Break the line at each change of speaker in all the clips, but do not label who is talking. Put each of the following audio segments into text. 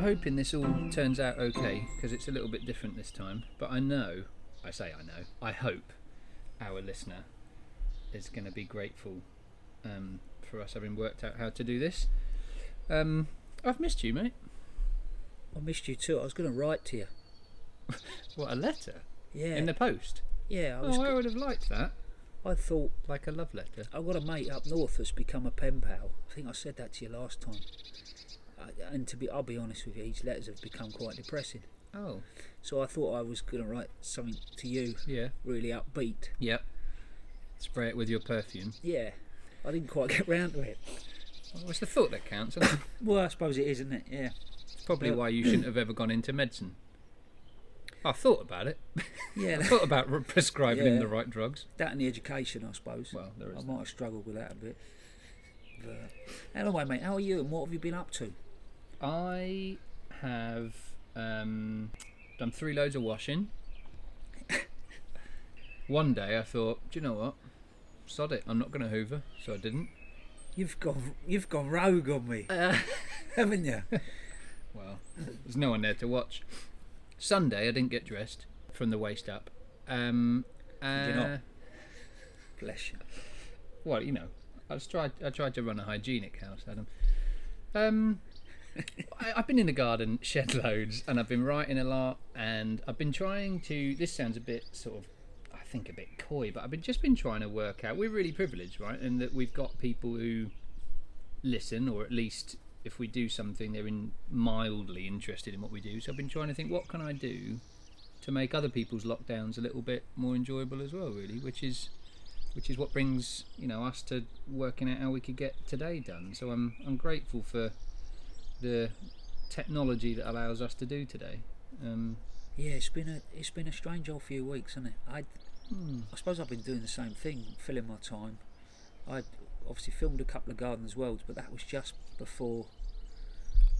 hoping this all turns out okay because it's a little bit different this time. But I know, I say I know, I hope our listener is going to be grateful um, for us having worked out how to do this. Um, I've missed you, mate.
I missed you too. I was going to write to you.
What a letter
Yeah.
in the post!
yeah, I was.
Oh, I
go-
would have liked that,
I thought
like a love letter.
I've got a mate up north that's become a pen pal. I think I said that to you last time. Uh, and to be, I'll be honest with you, his letters have become quite depressing.
Oh,
So I thought I was going to write something to you,
yeah,
really upbeat.
yep. Spray it with your perfume.
Yeah, I didn't quite get round to it.
Well, it's the thought that counts. Isn't it?
Well, I suppose it is, isn't it? Yeah.
It's probably why you shouldn't have ever gone into medicine. I thought about it. I
Yeah,
thought about re- prescribing him
Yeah.
the right drugs.
that and the education, I suppose.
Well, there
I
is.
might have struggled with that a bit. But anyway, mate, how are you and what have you been up to?
I have um, done three loads of washing. One day I thought, do you know what? Sod it, I'm not going to Hoover, so I didn't.
You've gone, you've gone rogue on me,
Uh,
haven't you?
Well, there's no one there to watch. Sunday I didn't get dressed from the waist up. Um,
you not?
uh,
Bless you.
Well, you know, I was tried. I tried to run a hygienic house, Adam. Um, I, I've been in the garden shed loads, and I've been writing a lot, and I've been trying to. This sounds a bit sort of, I think, a bit coy, but I've been just been trying to work out. We're really privileged, right, in that we've got people who listen, or at least if we do something, they're in mildly interested in what we do. So I've been trying to think, what can I do to make other people's lockdowns a little bit more enjoyable as well, really, which is which is what brings you know us to working out how we could get today done. So I'm I'm grateful for the technology that allows us to do today. Um,
Yeah, it's been a it's been a strange old few weeks, hasn't it? I
hmm,
I suppose I've been doing the same thing, filling my time. I obviously filmed a couple of Gardens Worlds, but that was just before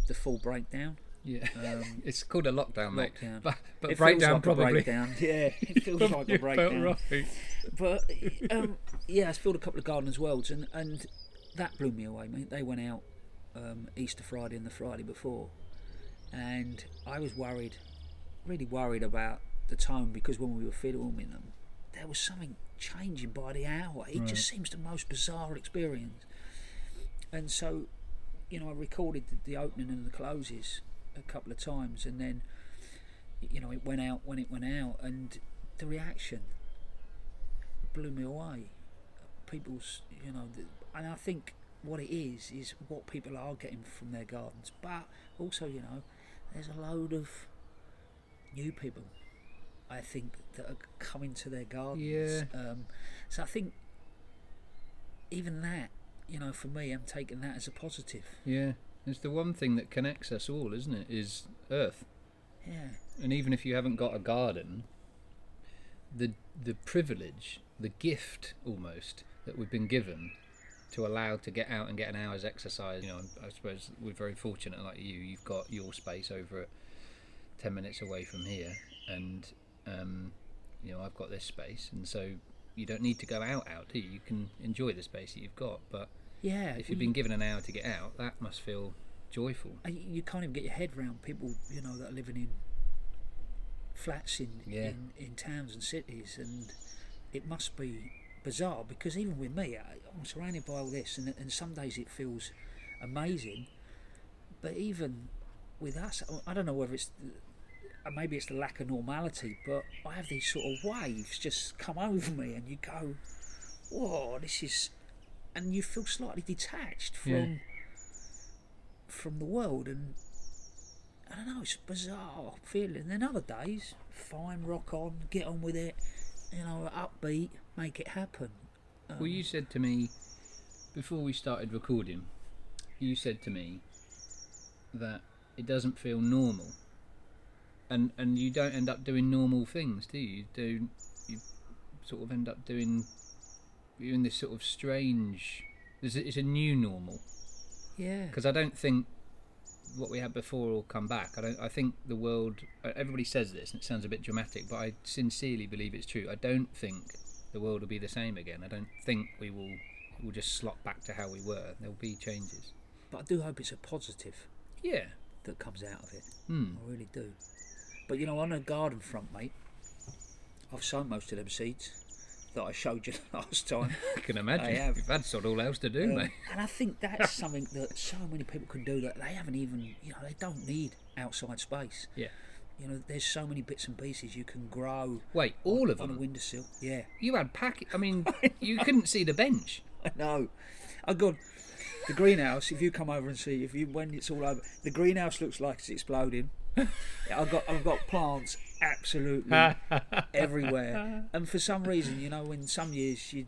the full breakdown.
yeah,
Um,
it's called a lockdown, mate.
Lockdown.
But but
it feels
breakdown
like
probably.
A breakdown. Yeah, it feels like a
You felt
breakdown.
right.
But um, yeah, I filmed a couple of Gardens Worlds, and and that blew me away, mate. They went out um, Easter Friday and the Friday before, and I was worried, really worried about the tone because when we were filming them, there was something changing by the hour. It just seems the most bizarre experience. And so, you know, I recorded the- the opening and the closes a couple of times, and then, you know, it went out when it went out, and the reaction blew me away. People's, you know, the, and I think what it is is what people are getting from their gardens, but also, you know, there's a load of new people. I think that are coming to their gardens. Um, so I think even that, you know, for me, I'm taking that as a positive.
Yeah, it's the one thing that connects us all, isn't it? Is Earth.
Yeah.
and even if you haven't got a garden, the the privilege, the gift almost that we've been given to allow to get out and get an hour's exercise. You know, I suppose we're very fortunate, like you, you've got your space over at ten minutes away from here, and um, you know I've got this space, and so you don't need to go out out, do you? You can enjoy the space that you've got, but
Yeah.
if you've
well,
been given an hour to get out, that must feel joyful.
you- and you can't even get your head round people, you know, that are living in flats in,
Yeah.
in, in towns and cities, and it must be bizarre because even with me, I, I'm surrounded by all this, and, and some days it feels amazing, but even with us, I- I don't know whether it's the- uh, maybe it's the lack of normality, but I have these sort of waves just come over me, and you go, "Whoa, this is," and you feel slightly detached from
Yeah.
from the world, and I don't know, it's a bizarre feeling. Then other days, fine, rock on, get on with it, you know, upbeat, make it happen. Um,
Well, you said to me before we started recording, you said to me that it doesn't feel normal, and and you don't end up doing normal things, do you? You do you sort of end up doing you're in this sort of strange. It's a, it's a new normal
Yeah,
because I don't think what we had before will come back. I don't. I think the world. e, Everybody says this, and it sounds a bit dramatic, but I sincerely believe it's true. I don't think the world will be the same again. I don't think we will. We'll just slot back to how we were. There'll be changes.
but I do hope it's a positive.
Yeah,
that comes out of it.
Hmm.
I really do. But you know, on a garden front, mate, I've sown most of them seeds that I showed you last time.
I can imagine.
I have.
You've had sort all else to do,
Um,
mate.
and I think that's something that so many people can do that they haven't even, you know, they don't need outside space.
Yeah.
You know, there's so many bits and pieces you can grow
Wait, all of
on a
them.
windowsill. Yeah,
You had pack. I mean, you couldn't see the bench.
I know. Oh, God. The greenhouse, if you come over and see, if you when it's all over, the greenhouse looks like it's exploding. I've got I've got plants absolutely everywhere, and for some reason, you know, in some years you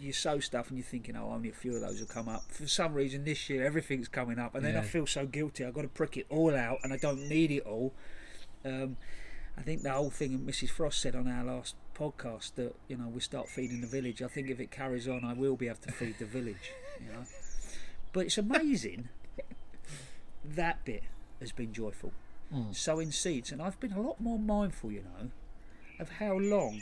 you sow stuff and you're thinking, oh, only a few of those will come up. For some reason, this year everything's coming up, and then I
Yeah.
feel so guilty. I've got to prick it all out, and I don't need it all. Um, I think the whole thing, and Mrs. Frost said on our last podcast that you know we start feeding the village. I think if it carries on, I will be able to feed the village. You know, but it's amazing that bit has been joyful. Sowing seeds, and I've been a lot more mindful, you know, of how long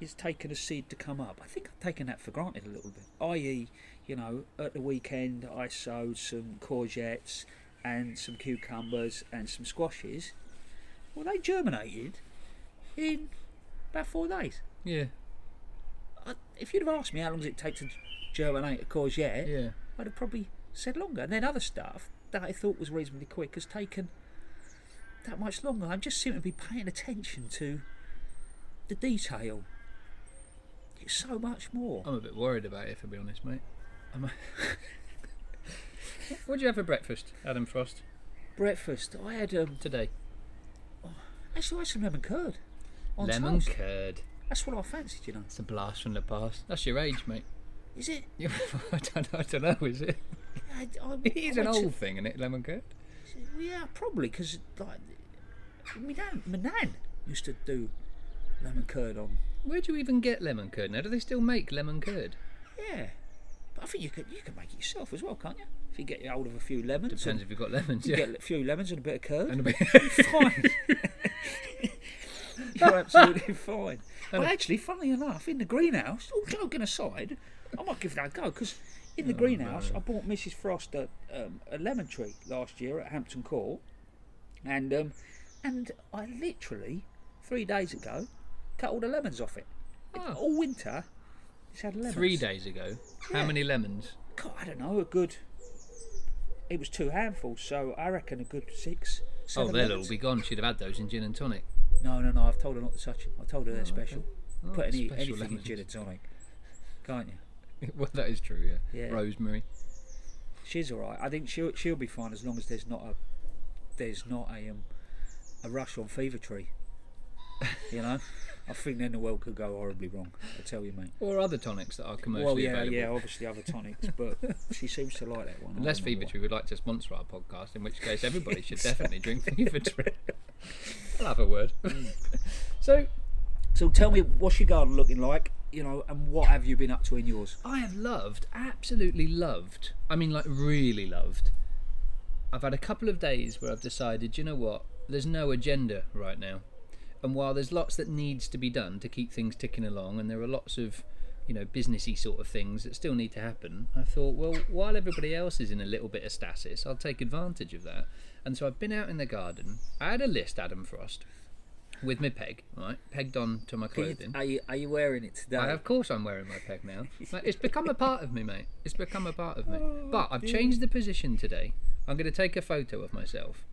it's taken a seed to come up. I think I've taken that for granted a little bit. I.e., you know, at the weekend I sowed some courgettes and some cucumbers and some squashes. Well, they germinated in about four days.
Yeah,
I, if you'd have asked me how long does it take to germinate a courgette,
yeah.
I'd have probably said longer. And then other stuff that I thought was reasonably quick has taken that much longer. I just seem to be paying attention to the detail. It's so much more.
I'm a bit worried about it, if I be honest, mate. I'm a... What'd you have for breakfast, Adam Frost,
Breakfast. I had um,
today?
actually I had some lemon curd on
Lemon
toast.
curd.
That's what I fancied, you know.
It's a blast from the past. That's your age, mate.
Is it?
I don't, I don't know, is it?
I, I,
It is
I
an
went to-
old thing, isn't it, lemon curd?
Well, Yeah, probably because like my nan, my nan used to do lemon curd on.
Where do you even get lemon curd now? Do they still make lemon curd?
Yeah, but I think you could you could make it yourself as well, can't you? If you get hold of a few lemons,
Depends
and,
if you've got lemons,
you
yeah.
get a few lemons and a bit of curd,
And a bit-
fine. You're absolutely fine. Well, actually, funnily enough, in the greenhouse, all joking aside, I might give that a go because in
Oh,
the greenhouse, I bought Mrs. Frost a, um, a lemon tree last year at Hampton Court, and um, and I literally three days ago cut all the lemons off it. It-
Ah.
All winter, it's had lemons.
Three days ago. How
Yeah.
many lemons?
God, I don't know, a good. It was two handfuls, so I reckon a good six.
Oh,
seven
they'll
lemons.
all be gone. She'd have had those in gin and tonic.
No, no, no. I've told her not to touch it. I told her they're special.
Oh,
Put any,
special
anything in
lemons.
gin and tonic, can't you?
well, that is true, yeah.
Yeah.
Rosemary.
She's all right. I think she'll she'll be fine as long as there's not a there's not a um, a rush on fever tree. You know, I think then the world could go horribly wrong. I tell you, mate.
Or other tonics that are commercially
Well, yeah,
available.
yeah. Obviously, other tonics, but she seems to like that one. I
Unless
don't know
Fever
why.
Tree would like to sponsor our podcast, in which case everybody should definitely drink Fever Tree. I'll have a word.
Mm.
so,
So tell me, what's your garden looking like? You know, and what have you been up to in yours?
I have loved, absolutely loved. I mean, like really loved. I've had a couple of days where I've decided, you know what? There's no agenda right now, and while there's lots that needs to be done to keep things ticking along, and there are lots of, you know, businessy sort of things that still need to happen, I thought, well, while everybody else is in a little bit of stasis, I'll take advantage of that. And so I've been out in the garden. I had a list, Adam Frost, with my peg, right, pegged on to my
Are you,
clothing.
are you, are you wearing it today?
I, of course, I'm wearing my peg now. Like, it's become a part of me, mate. It's become a part of me.
Oh,
But I've changed the position today. I'm going to take a photo of myself.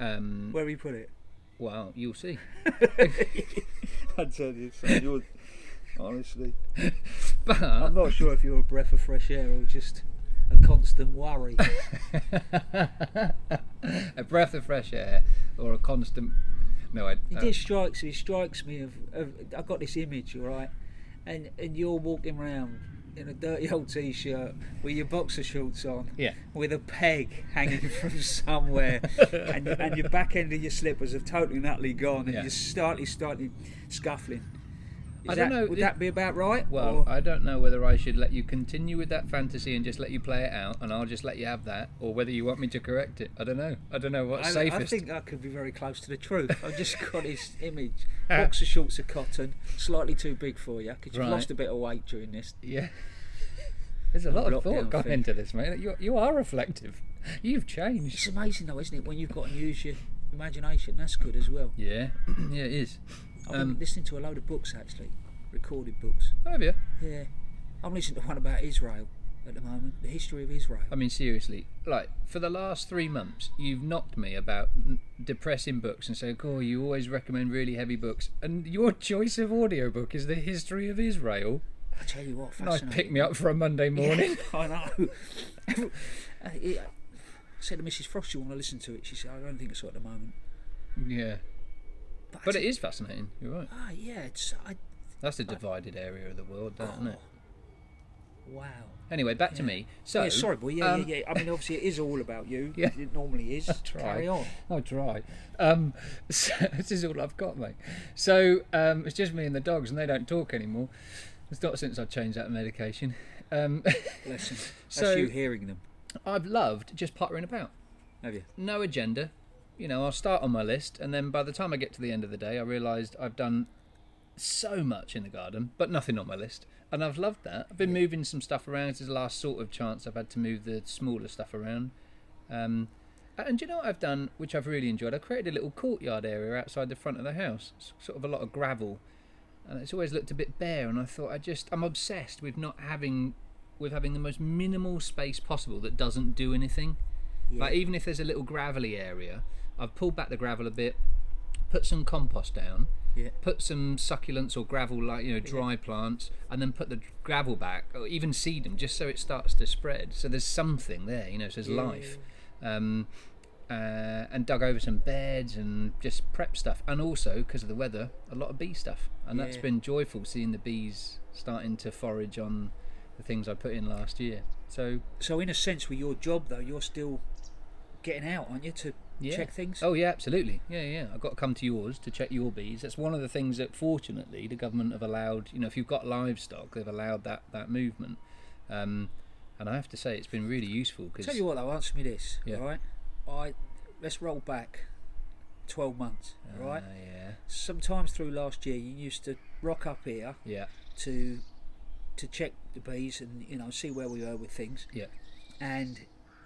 Um,
Where have you put it?
well, you'll see.
I tell you, son, you're honestly.
But
I'm not sure if you're a breath of fresh air or just a constant worry.
a breath of fresh air or a constant. No, I.
It
uh,
just strikes it strikes me of, of I've got this image, all right, and and you're walking round in a dirty old t-shirt with your boxer shorts on,
Yeah.
with a peg hanging from somewhere, and and your back end of your slippers have totally and utterly gone, and
Yeah.
you're slightly slightly scuffling. Is
I don't
that-
know,
Would
it-
that be about right?
Well,
or-
I don't know whether I should let you continue with that fantasy and just let you play it out, and I'll just let you have that, or whether you want me to correct it. I don't know. I don't know what's
I,
safest.
I think that could be very close to the truth. I've just got this image. Boxer shorts of cotton, slightly too big for you because
Uh.
you've
Right.
lost a bit of weight during this.
Yeah. There's a lot of
Lockdown
thought gone
thing.
into this, mate. You, you are reflective. You've changed.
It's amazing though, isn't it, when you've got to use your imagination? That's good as well.
Yeah, yeah, it is.
I've been
Um,
listening to a load of books actually, recorded books.
oh, have you?
Yeah, I'm listening to one about Israel at the moment, the history of Israel.
I mean, seriously, like for the last three months, you've knocked me about n- depressing books and saying, "Oh, you always recommend really heavy books," and your choice of audiobook is the history of Israel.
I tell you what,
Nice
fascinating.
pick me up for a Monday morning.
I know. Uh, yeah. I said to Mrs. Frost, "You want to listen to it?" She said, "I don't think so at the moment."
yeah,
But, I
but
said,
it is fascinating. You're right.
ah, yeah, it's I,
That's a divided area of the world, Oh, isn't it?
oh, wow.
Anyway, back to me. So,
Oh. yeah, sorry, boy. Yeah,
um,
yeah, yeah. I mean, obviously, it is all about you.
Yeah.
it normally is.
try.
Carry on.
I'll try. Oh, Um, so, this is all I've got, mate. So um, it's just me and the dogs, and they don't talk anymore. It's not since I changed that medication. Um,
Bless 'em.
So-
That's you hearing them,
I've loved just pottering about.
have you?
No agenda. You know, I'll start on my list, and then by the time I get to the end of the day, I realised I've done so much in the garden, but nothing on my list. And I've loved that. I've been moving some stuff around. This is the last sort of chance I've had to move the smaller stuff around. Um, and do you know what I've done, which I've really enjoyed? I created a little courtyard area outside the front of the house, s- sort of a lot of gravel, and it's always looked a bit bare. And I thought, I just, I'm obsessed with not having, with having the most minimal space possible that doesn't do anything. Like even if there's a little gravelly area, I've pulled back the gravel a bit, put some compost down,
Yeah.
put some succulents or gravel like you know dry plants, and then put the gravel back or even seed them just so it starts to spread. So there's something there, you know, so there's
Yeah, yeah,
life. Um, uh, and dug over some beds and just prep stuff, and also because of the weather, a lot of bee stuff, and that's
Yeah.
been joyful seeing the bees starting to forage on the things I put in last year. So
So, in a sense, with your job though, you're still getting out, aren't you, to
Yeah.
check things?
Oh yeah, absolutely. Yeah, yeah. I've got to come to yours to check your bees. That's one of the things that, fortunately, the government have allowed. You know, if you've got livestock, they've allowed that that movement. Um, and I have to say, it's been really useful because
Tell you what, though, answer me this,
Yeah.
right? I let's roll back twelve months, right?
Uh, yeah,
Sometimes through last year, you used to rock up here
yeah,
to to check the bees and you know see where we were with things.
yeah,
And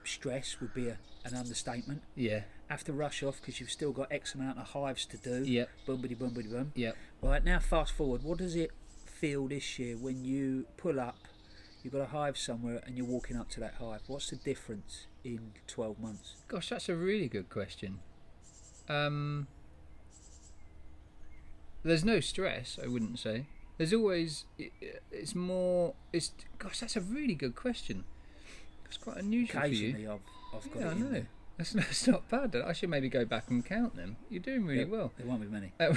stress would be a, an understatement.
yeah,
Have to rush off because you've still got X amount of hives to do.
Yeah.
Boom, biddy, boom, biddy, boom.
yeah.
Right now, fast forward. What does it feel this year when you pull up? You've got a hive somewhere and you're walking up to that hive. What's the difference in 12 months?
Gosh, that's a really good question. Um, there's no stress, I wouldn't say. There's always i- i- it's more. It's gosh, that's a really good question. That's quite unusual for you.
Occasionally, I've, I've got
Yeah,
it
I
in
know.
there.
That's not, that's not bad. I should maybe go back and count them. You're doing really well.
There won't be many.
Uh,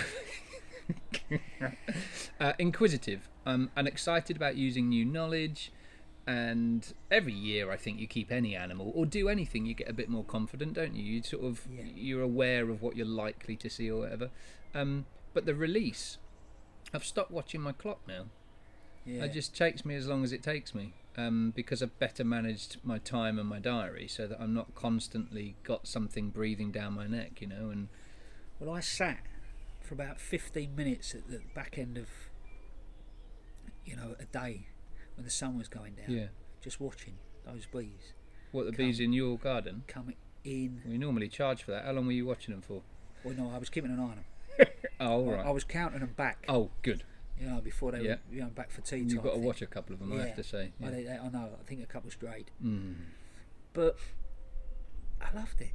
uh, inquisitive. Um, and excited about using new knowledge. And every year, I think you keep any animal or do anything, you get a bit more confident, don't you? You sort of
Yeah.
you're aware of what you're likely to see or whatever. Um, but the release, I've stopped watching my clock now.
Yeah.
It just takes me as long as it takes me um, because I've better managed my time and my diary so that I'm not constantly got something breathing down my neck, you know. And
Well, I sat for about 15 minutes at the back end of, you know, a day when the sun was going down,
yeah,
just watching those bees
what the bees in your garden?
coming in.
We normally charge for that. How long were you watching them for?
Well, no, I was keeping an eye on them.
Oh, all
I
right.
was counting them back,
Oh, good.
you know, before they
Yeah.
were you know, back for tea time.
You've got to
thing.
watch a couple of them, I have to say.
I,
Yeah.
think- I know, I think a couple strayed.
Mm.
But I loved it.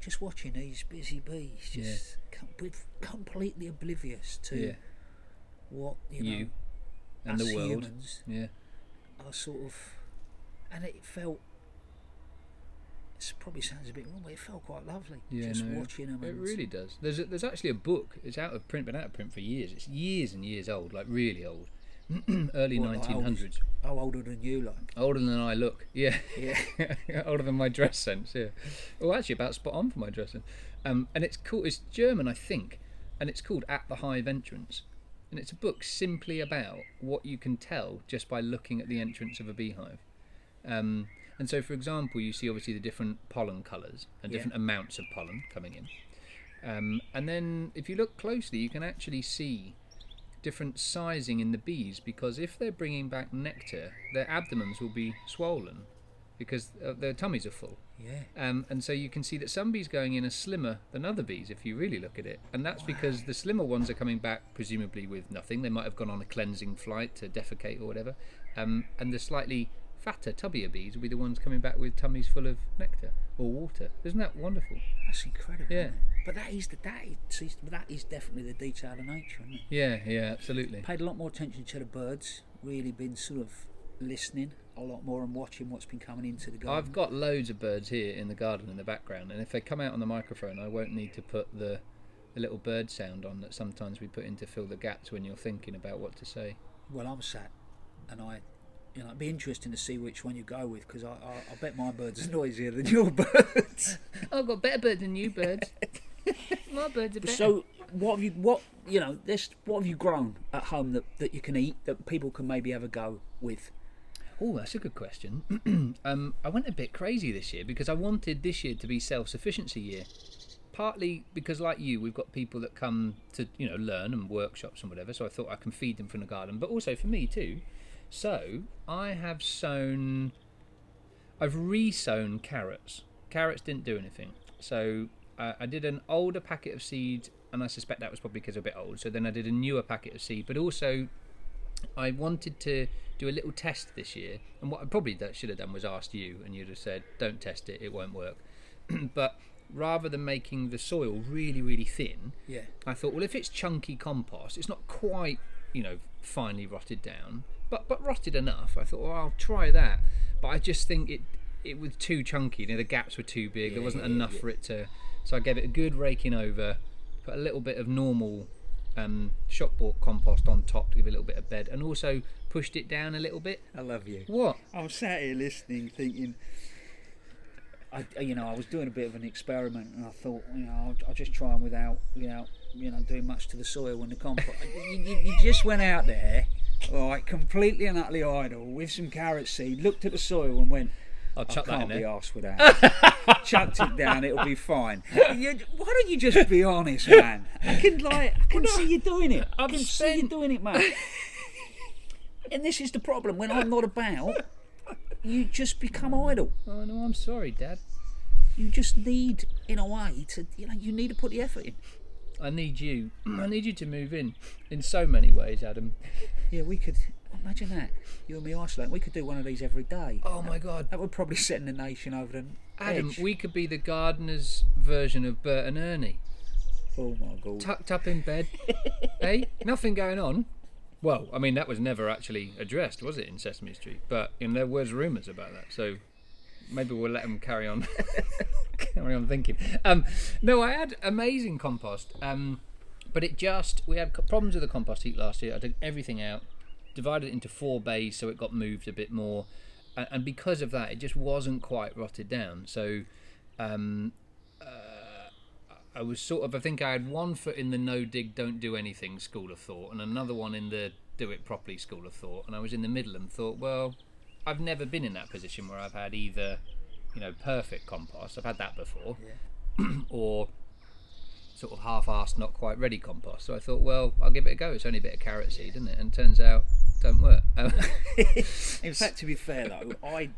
Just watching these busy bees,
Yeah.
just com- with- completely oblivious to
Yeah,
what, you know,
you and
us
the world.
humans
Yeah,
I sort of, and it felt. This probably sounds a bit wrong, but it felt quite lovely.
yeah.
just
no,
watching them.
It
and
really does. There's a, there's actually a book. It's out of print, been out of print for years. It's years and years old, like really old, early
What, like old?
1900s.
Oh, older than you, like.
Older than I look, yeah.
Yeah.
Older than my dress sense, yeah. Well, actually, about spot on for my dress sense. Um, and it's called, it's German, I think, and it's called At the Hive Entrance. And it's a book simply about what you can tell just by looking at the entrance of a beehive. Um, and so, for example, you see obviously the different pollen colours and
Yeah.
different amounts of pollen coming in. Um, and then, if you look closely, you can actually see different sizing in the bees because if they're bringing back nectar, their abdomens will be swollen because uh, their tummies are full.
Yeah.
Um, and so you can see that some bees going in are slimmer than other bees if you really look at it. And that's because the slimmer ones are coming back presumably with nothing. They might have gone on a cleansing flight to defecate or whatever. Um, and the slightly fatter, tubbier bees will be the ones coming back with tummies full of nectar or water. Isn't that wonderful?
That's incredible.
Yeah.
Isn't it? But that is the that is, see, that is definitely the detail of nature, isn't it?
Yeah, yeah, absolutely.
Paid a lot more attention to the birds. Really been sort of listening a lot more and watching what's been coming into the garden.
I've got loads of birds here in the garden in the background, and if they come out on the microphone, I won't need to put the, the little bird sound on that sometimes we put in to fill the gaps when you're thinking about what to say.
Well, I'm sat, and I, you know, it'd be interesting to see which one you go with because I, I, I bet my birds are noisier than your birds.
I've got better birds than you birds. My birds are better.
so, what have you, what you know, this, what have you grown at home that that you can eat that people can maybe have a go with?
oh, that's a good question. um, I went a bit crazy this year because I wanted this year to be self-sufficiency year. Partly because, like you, we've got people that come to you know learn and workshops and whatever. So I thought I can feed them from the garden, but also for me too. So I have sown. I've re-sown carrots. Carrots didn't do anything. So uh, I did an older packet of seed, and I suspect that was probably because they're a bit old. So then I did a newer packet of seed, but also I wanted to do a little test this year, and what I probably that should have done was asked you, and you'd have said, "Don't test it; it won't work." but rather than making the soil really, really thin,
Yeah.
I thought, well, if it's chunky compost, it's not quite, you know, finely rotted down, but but rotted enough. I thought, well, I'll try that, but I just think it it was too chunky. You know, the gaps were too big. there wasn't enough for it to. So I gave it a good raking over, put a little bit of normal um, shop bought compost on top to give it a little bit of bed, and also pushed it down a little bit.
I love you.
What?
I'm sat here listening, thinking. I, you know, I was doing a bit of an experiment, and I thought, you know, I'll, I'll just try them without, without, you know, doing much to the soil and the compost. you, you, you just went out there, all right, completely and utterly idle, with some carrot seed, looked at the soil, and went,
I'll
I
chuck that in
can't be
there.
arsed with that. Chucked it down, it'll be fine. You, why don't you just be honest, man? I can like, I can see you doing it. I
I've
can see you
spent-
doing it, man. and this is the problem when I'm not about. You just become idle.
Oh no, I'm sorry, Dad.
You just need, in a way, to you know, you need to put the effort in.
I need you. I need you to move in in so many ways, Adam.
Yeah, we could imagine that. You and me isolating. We could do one of these every day.
Oh my God.
That would probably send the nation over the
Adam,
edge.
we could be the gardener's version of Bert and Ernie,
oh my god.
tucked up in bed. hey, nothing going on. Well, I mean, that was never actually addressed, was it, in Sesame Street? But you know, there was rumours about that, so maybe we'll let them carry on, carry on thinking. Um, no, I had amazing compost, um, but it just we had co- problems with the compost heap last year. I took everything out, divided it into four bays, so it got moved a bit more, and, and because of that, it just wasn't quite rotted down. So. Um, I was sort of, I think I had one foot in the no dig, don't do anything school of thought, and another one in the do it properly school of thought. And I was in the middle and thought, well, I've never been in that position where I've had either, you know, perfect compost, I've had that before, or sort of half assed, not quite ready compost. So I thought, well, I'll give it a go. It's only a bit of carrot seed, isn't it? And turns out, don't work. Um,
In fact, to be fair though, I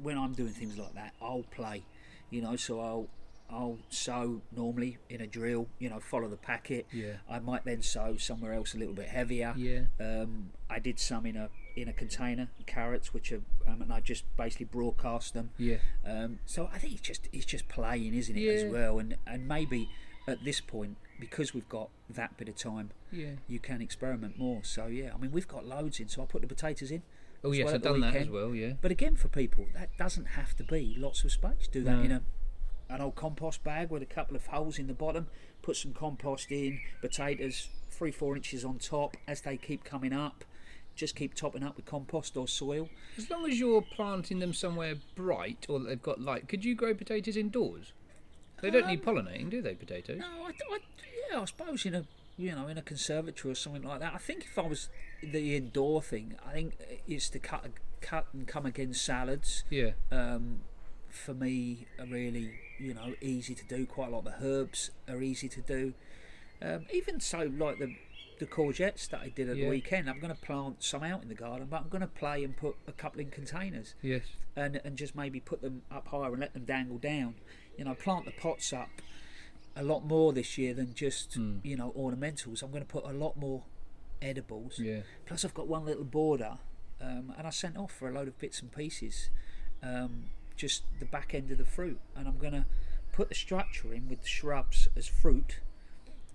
when I'm doing things like that, I'll play, you know. So I'll I'll sow normally in a drill, you know, follow the packet.
Yeah.
I might then sow somewhere else a little bit heavier.
Yeah.
Um, I did some in a in a container carrots, which are um, and I just basically broadcast them.
Yeah.
Um, so I think it's just it's just playing, isn't it, as
Yeah.
well? And and maybe at this point because we've got that bit of time,
Yeah.
you can experiment more. So yeah, I mean we've got loads in. So I put the potatoes in.
oh,
as
yes,
well at
I've
the
done that as
weekend.
well, yeah.
But again, for people, that doesn't have to be lots of space. Do that
No.
in a an old compost bag with a couple of holes in the bottom. Put some compost in, potatoes three four inches on top as they keep coming up. Just keep topping up with compost or soil.
As long as you're planting them somewhere bright or that they've got light, could you grow potatoes indoors? They don't need pollinating, do they, potatoes?
No, I, I, yeah, I suppose in a you know in a conservatory or something like that. I think if I was the indoor thing, I think it's the cut cut and come again salads.
Yeah. uh,
um, for me are really you know easy to do. Quite a lot of the herbs are easy to do. Um, even so, like the the courgettes that I did at
Yeah.
the weekend. I'm going to plant some out in the garden, but I'm going to play and put a couple in containers
Yes.
and and just maybe put them up higher and let them dangle down. You know, plant the pots up a lot more this year than just you know ornamentals. I'm going to put a lot more edibles.
Yeah.
Plus, I've got one little border, um, and I sent off for a load of bits and pieces, um, just the back end of the fruit, and I'm going to put the structure in with the shrubs as fruit.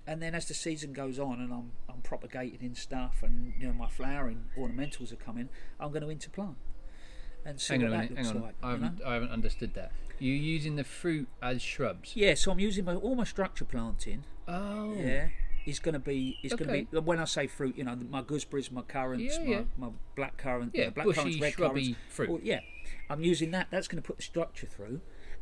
And then as the season goes on, and I'm, I'm propagating in stuff, and you know my flowering ornamentals are coming, I'm going to interplant and see
Hang
what
on a
that
minute. Hang
looks
on.
like.
I
you know?
haven't. I haven't understood that. You're using the fruit as shrubs.
Yeah, so I'm using my all my structure planting.
Oh.
Yeah, it's going to be it's going
Okay.
to be when I say fruit, you know, my gooseberries, my currants,
Yeah, yeah.
my, my black currant,
Yeah,
uh, black
bushy,
currants, red
shrubby
currants.
fruit.
Well, yeah, I'm using that. That's going to put the structure through,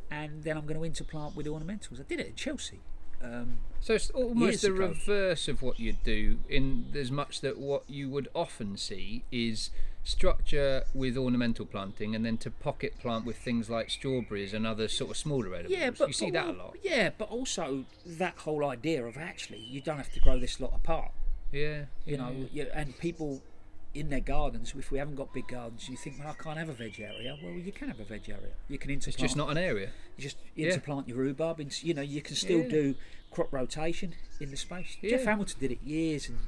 and then I'm going to interplant with ornamentals. I did it in Chelsea. Um,
So it's almost
Years
the
ago.
reverse of what you do, in as much that what you would often see is structure with ornamental planting, and then to pocket plant with things like strawberries and other sort of smaller edibles.
yeah, but
you see
but
that a
al-
lot.
Yeah, but also that whole idea of actually you don't have to grow this lot apart.
Yeah,
you know,
Mm.
you, and people in their gardens, if we haven't got big gardens, you think, well, I can't have a veg area. Well, you can have a veg area. You can interplant.
it's just not an area.
you just interplant your rhubarb. In, you know, you can still
Yeah.
do crop rotation in the space. Jeff
Yeah.
Hamilton did it years and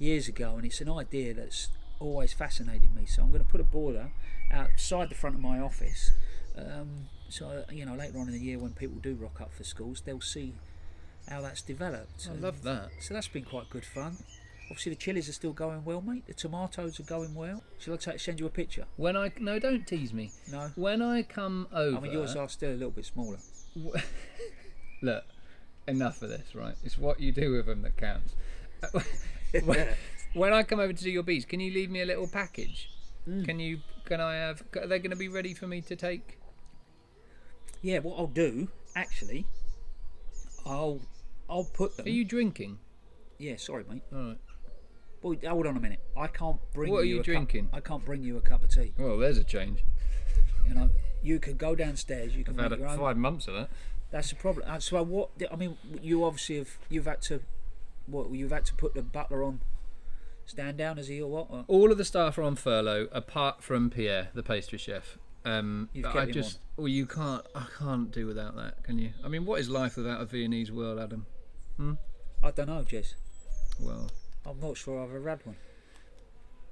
years ago, and it's an idea that's always fascinated me. So I'm going to put a border outside the front of my office. Um, so you know, later on in the year, when people do rock up for schools, they'll see how that's developed.
I
And-
love that.
so that's been quite good fun. Obviously, the chilies are still going well, mate. The tomatoes are going well. Shall I take, send you a picture?
When I no, don't tease me.
No.
When I come over,
I mean, yours are still a little bit smaller.
look, enough of this, right? It's what you do with them that counts. when, when I come over to do your bees, can you leave me a little package?
Mm.
Can you? Can I have? Are they going to be ready for me to take?
Yeah, what I'll do, actually, I'll I'll put them.
Are you drinking?
Yeah, sorry, mate.
All right.
Boy, hold on a minute. I can't bring.
What are you
you a cup-
drinking?
I can't bring you a cup of tea.
Well, there's a change.
You know, you can go downstairs. You can
I've
make
had
your
a,
own.
five months of that.
That's the problem. Uh, So what? I mean, you obviously have you've had to, what you've had to put the butler on, stand down as he or what? Or,
All of the staff are on furlough, apart from Pierre, the pastry chef. Um,
You've
but
kept
I
him
just, well, you can't. I can't do without that. Can you? I mean, what is life without a Viennese world, Adam?
I don't know, Jess.
Well,
I'm not sure I've ever had one.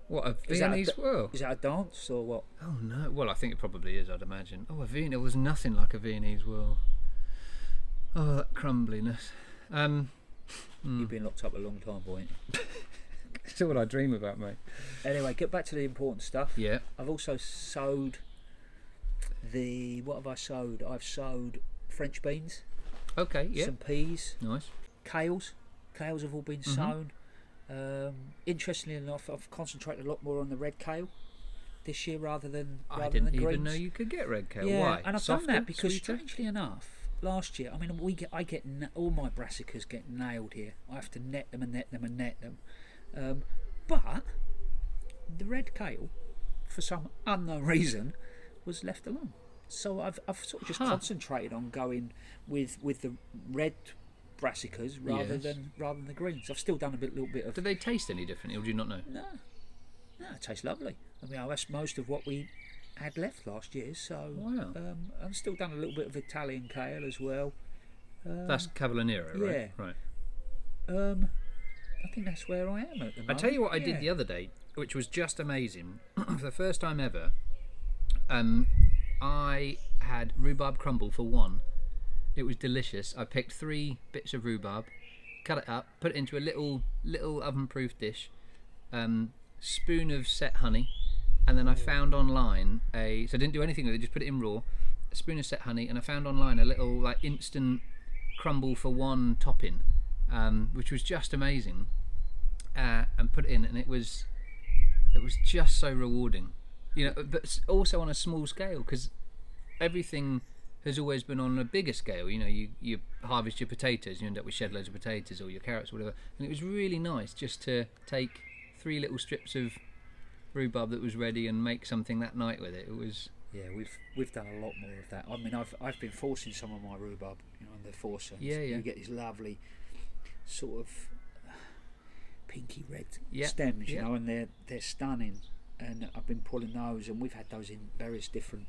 what a
Is that a
Viennese
d-
whirl?
Is that a dance or what?
Oh no! Well, I think it probably is. I'd imagine. Oh, a Viennese. There was nothing like a Viennese whirl. Oh, that crumbliness. Um,
You've been locked up a long time, boy. ain't you?
it's all I dream about, mate.
Anyway, get back to the important stuff.
Yeah.
I've also sowed the what have I sowed? I've sowed French beans,
Okay. Yeah.
some peas,
Nice.
kales. Kales have all been
Mm-hmm.
sown. Um, interestingly enough, I've concentrated a lot more on the red kale this year rather than rather
I didn't
than
even
greens.
know you could get red kale.
Yeah,
Why?
and I've
Softer,
done that because,
sweeter?
strangely enough, last year, I mean, we get, I get na- all my brassicas get nailed here. I have to net them and net them and net them. Um, but the red kale, for some unknown reason, was left alone. So I've, I've sort of just
Huh.
concentrated on going with with the red brassicas rather
Yes.
than rather than the greens. I've still done a bit, little bit of
Do they taste any differently, or do you not know?
no, no, it tastes lovely. I mean, that's most of what we had left last year. So
Wow.
um, I've still done a little bit of Italian kale as well.
That's Cavallonero, right?
Uh, yeah.
Right.
Um, I think that's where I am at the moment.
I tell you what I did the
yeah.
other day, which was just amazing. for the first time ever, um, I had rhubarb crumble for one. It was delicious. I picked three bits of rhubarb, cut it up, put it into a little little oven-proof dish, um, spoon of set honey, and then I found online a. So I didn't do anything with it. Just put it in raw. A spoon of set honey, and I found online a little like instant crumble for one topping, um, which was just amazing uh, and put it in, and it was it was just so rewarding, you know. But s- also on a small scale because everything has always been on a bigger scale. You know, you you harvest your potatoes, you end up with shed loads of potatoes or your carrots, or whatever. And it was really nice just to take three little strips of rhubarb that was ready and make something that night with it. It was
Yeah, we've we've done a lot more of that. I mean, I've I've been forcing some of my rhubarb, you know, in the forceps.
Yeah, yeah.
You get these lovely sort of pinky red
Yeah,
stems, you
yeah.
know, and they're they're stunning. And I've been pulling those, and we've had those in various different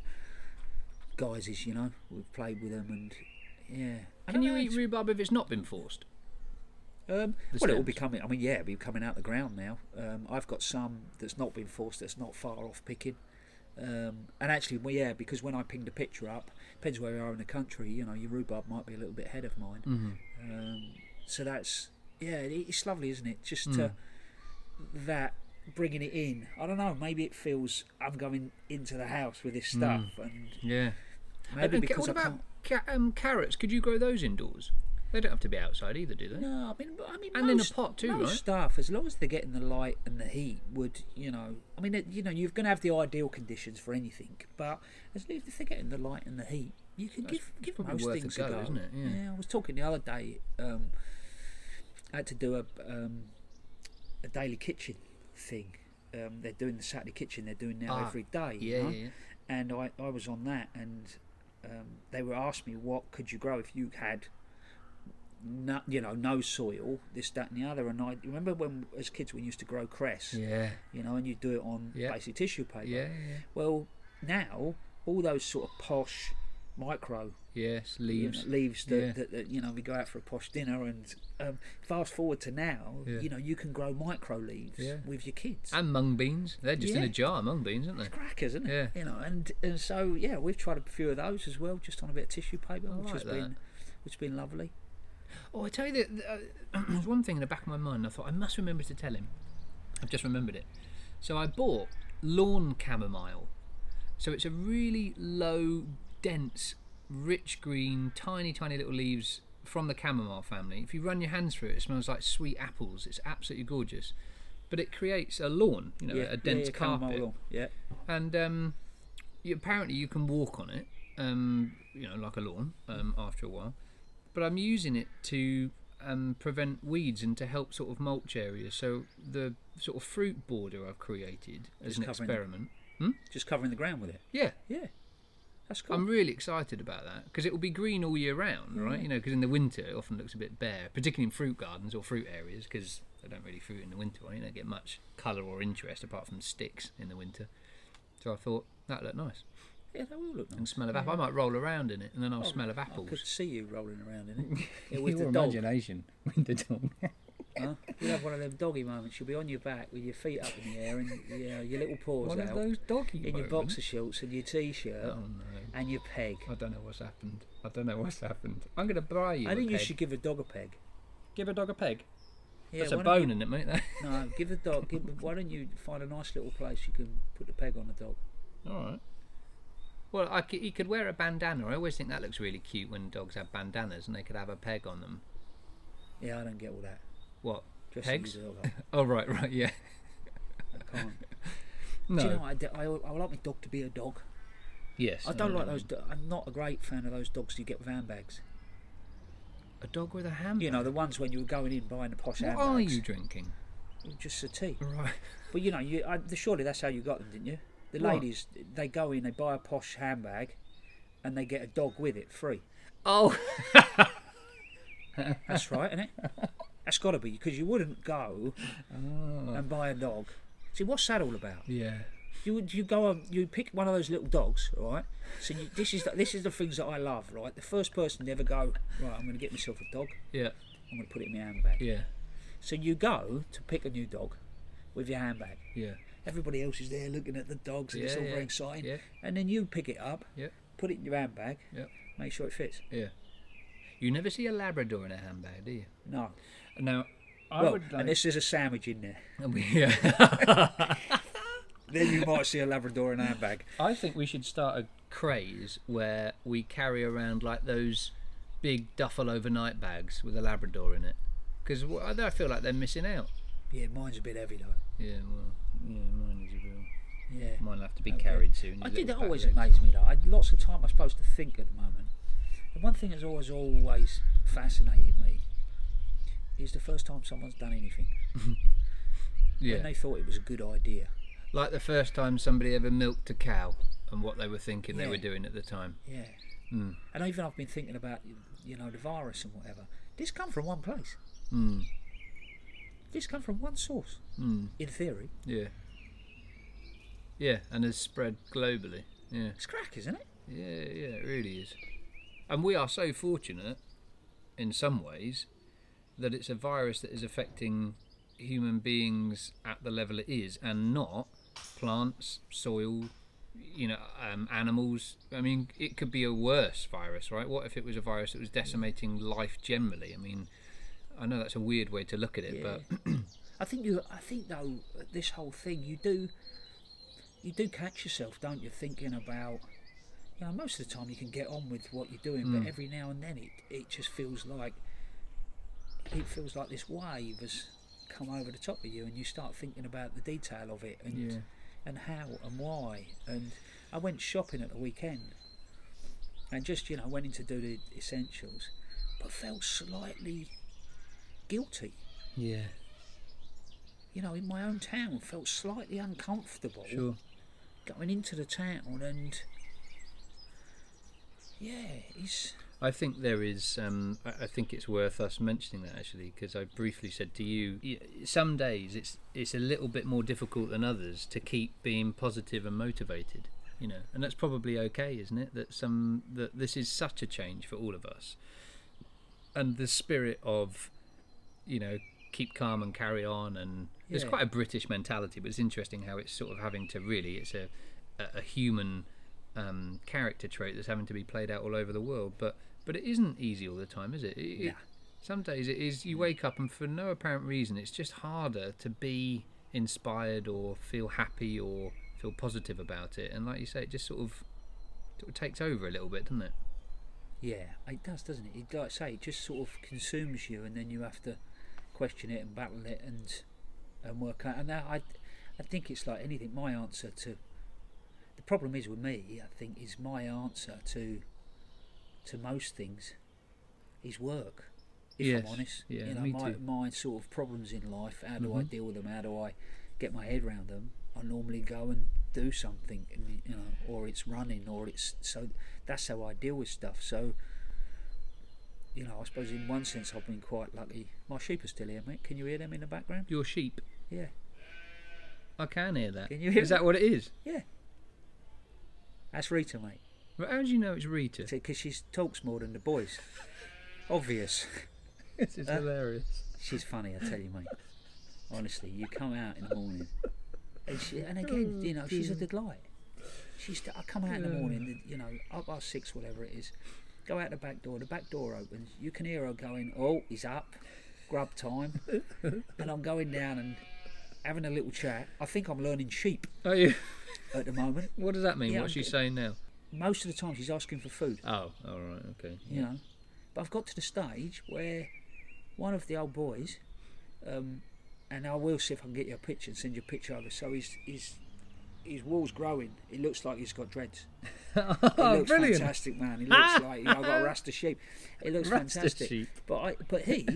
guises, you know. We've played with them, and yeah. I
Can
don't
you
know,
eat rhubarb if it's not been forced?
um,
The
well, it'll be
stems.
coming. I mean, yeah, it'll be coming out the ground now. Um, I've got some that's not been forced, that's not far off picking. Um, and actually, well, yeah, because when I pinged a picture up, depends where you are in the country. You know, your rhubarb might be a little bit ahead of mine.
Mm-hmm.
Um, so that's yeah, it, it's lovely, isn't it? Just
Mm.
to that bringing it in. I don't know. Maybe it feels I'm going into the house with
Mm.
this stuff, and
Yeah.
maybe
and, ca-
because
what
I
about
can't.
ca- um, carrots? Could you grow those indoors? They don't have to be outside either, do they?
No, I mean, but- I mean,
And in a
most-
pot too,
most
right?
Stuff as long as they're getting the light and the heat would, you know, I mean, it- you know, you're going to have the ideal conditions for anything, but as long as they're getting the light and the heat, you can give give
probably
most
worth a
things
go, isn't it? Yeah.
I was talking the other day. Um, I had to do a um, a daily kitchen thing. Um, they're doing the Saturday kitchen. They're doing now
Ah,
every day. you
yeah,
know?
yeah, yeah.
And I, I was on that, and um, they were asking me what could you grow if you had, no, you know, no soil, this, that, and the other. And I remember when as kids we used to grow cress,
Yeah.
you know, and you do it on
Yeah.
basic tissue paper.
Yeah, yeah.
Well, now all those sort of posh micro
Yes,
you
leaves.
know, leaves that,
Yeah.
that, that you know we go out for a posh dinner and um, fast forward to now
Yeah.
you know you can grow micro leaves
Yeah.
with your kids
And mung beans. They're just in a
Yeah.
jar, mung beans, aren't they?
crackers isn't
Yeah.
it you know and, and so yeah we've tried a few of those as well just on a bit of tissue paper which
like
has
that.
been which has been lovely
Oh, I tell you, that, uh, there was one thing in the back of my mind. I thought I must remember to tell him. I've just remembered it. So I bought lawn chamomile. So it's a really low, dense, rich green, tiny, tiny little leaves from the chamomile family. If you run your hands through it, it smells like sweet apples. It's absolutely gorgeous. But it creates a lawn, you know,
yeah
a dense
yeah,
carpet
chamomile lawn, yeah
and um, you, apparently you can walk on it, um, you know, like a lawn um, after a while. But I'm using it to um, prevent weeds and to help sort of mulch areas. So the sort of fruit border I've created as
Just
an
covering-
experiment.
just covering the ground with it
Yeah,
yeah that's cool
I'm really excited about that because it will be green all year round,
Mm.
right? You know, because in the winter it often looks a bit bare, particularly in fruit gardens or fruit areas because they don't really fruit in the winter. Right? You don't get much colour or interest apart from sticks in the winter. So I thought that looked nice.
yeah they will look nice Oh,
and smell of apple. I might roll around in it, and then I'll smell of
I
apples.
could see you rolling around in it. It was the dog.
imagination with the dog.
Huh? You'll have one of them doggy moments. You'll be on your back with your feet up in the air and you know, your little paws
One
out.
of those doggy
in your
moments.
boxer shorts and your t-shirt
Oh no!
and your peg.
I don't know what's happened. I don't know what's happened. I'm gonna buy you.
I think
a
you
peg.
should give a dog a peg.
give a dog a peg.
Yeah,
That's a
why don't
bone in it, mate. that.
You, no, give the dog. Give, why don't you find a nice little place you can put the peg on the dog?
All right. Well, I c- he could wear a bandana. I always think that looks really cute when dogs have bandanas and they could have a peg on them.
Yeah, I don't get all that.
What?
Dressing
Pegs?
the dog up,
Oh right, right, yeah.
I can't.
No.
Do you know what I, do? I, I would like my dog to be a dog.
yes.
I don't
know
like
what
those.
you
Do- I'm not a great fan of those dogs who get van bags.
mean. A dog with a handbag.
You know, the ones when you were going in buying the posh
what
handbags.
are you drinking?
Just a tea.
Right.
But you know, you I, the, surely that's how you got them, didn't you? The
What?
ladies, they go in, they buy a posh handbag, and they get a dog with it free.
Oh.
That's right, isn't it? That's got to be because you wouldn't go
Ah.
and buy a dog. See, what's that all about?
Yeah.
You would you go on you pick one of those little dogs, right? So you, this is the, this is the things that I love, right? The first person to ever go, right? I'm going to get myself a dog.
Yeah.
I'm going to put it in my handbag.
Yeah.
So you go to pick a new dog with your handbag.
Yeah.
Everybody else is there looking at the dogs, and it's
Yeah,
all
yeah,
very exciting.
yeah.
And then you pick it up,
Yep.
put it in your handbag,
Yep.
make sure it fits.
Yeah. You never see a Labrador in a handbag, do you?
No,
No. I
well, and this is a sandwich in there.
yeah.
Then you might see a Labrador in a handbag.
I think we should start a craze where we carry around like those big duffel overnight bags with a Labrador in it, because I feel like they're missing out.
Yeah, mine's a bit heavy though.
Yeah. Well. Yeah. Mine is a real.
Yeah.
Mine'll have to be carried soon.
I
his
did. That
little
always
backpack.
amazed me though. I had lots of time I suppose to think at the moment. And one thing that's always always fascinated me is the first time someone's done anything
Yeah.
and they thought it was a good idea.
Like the first time somebody ever milked a cow and what they were thinking they
Yeah.
were doing at the time.
Yeah.
Hmm.
And even I've been thinking
Hmm,
about you know the virus and whatever. This come from one place. It's come from one source, in theory.
Yeah. Yeah, and has spread globally. Yeah.
It's crack, isn't it?
Yeah, yeah, it really is. And we are so fortunate in some ways that it's a virus that is affecting human beings at the level it is and not plants, soil, you know, um, animals. I mean, it could be a worse virus, right? What if it was a virus that was decimating life generally? I mean, I know that's a weird way to look at it,
Yeah.
but
I think you. I think though this whole thing, you do, you do catch yourself, don't you, thinking about. You know, most of the time you can get on with what you're doing, but every now and then it, it just feels like it feels like this wave has come over the top of you, and you start thinking about the detail of it and
Yeah.
and how and why. And I went shopping at the weekend, and just you know went in to do the essentials, but felt slightly guilty
yeah,
you know, in my own town, felt slightly uncomfortable
sure.
going into the town and yeah, it's
I think there is. Um, I I think it's worth us mentioning that actually, because I briefly said to you, y- some days it's it's a little bit more difficult than others to keep being positive and motivated. You know, and that's probably okay, isn't it? That some that this is such a change for all of us, and the spirit of, you know, keep calm and carry on, and it's
Yeah.
quite a British mentality, but it's interesting how it's sort of having to really it's a a, a human um, character trait that's having to be played out all over the world. But but it isn't easy all the time, is it? It- it-
Nah.
some days it is.
Mm.
You wake up and for no apparent reason, it's just harder to be inspired or feel happy or feel positive about it. And like you say, it just sort of, sort of takes over a little bit, doesn't it?
yeah, it does, doesn't it? It like I say, it just sort of consumes you, and then you have to question it and battle it and and work out. And that, I I think it's like anything. My answer to the problem is with me, I think, is my answer to to most things is work. If
Yes,
I'm honest,
yeah,
you know,
me
my,
too. Mm-hmm.
my sort of problems in life. How do I deal with them? How do I get my head around them? I normally go and do something, and, you know, or it's running, or it's so. That's how I deal with stuff. So, you know, I suppose in one sense I've been quite lucky. My sheep are still here, mate. Can you hear them in the background?
Your sheep.
Yeah,
I can hear that.
Can
Is
you hear
is that what it is?
yeah. That's Rita, mate.
Well, How do you know it's Rita?
because she talks more than the boys. Obvious.
This
Uh.
is hilarious.
She's funny, I tell you, mate. Honestly, you come out in the morning, and she, and again, you know, she's a delight. She's. I come out in the morning, you know, up by six, whatever it is. Go out the back door. The back door opens. You can hear her going, "Oh, he's up, grub time," and I'm going down and having a little chat. I think I'm learning sheep
Oh, yeah.
at the moment.
What does that mean?
Yeah,
What's she
I'm good.
saying now?
Most of the time, she's asking for food.
Oh, all right, okay.
you know. But I've got to the stage where one of the old boys, um, and I will see if I can get you a picture and send you a picture over. So his his his wool's growing. It looks like he's got dreads. He
Oh,
looks
brillight.
fantastic, man. He looks like you know, I've got a rasta sheep. It looks
Rasta
fantastic.
sheep.
But I but he,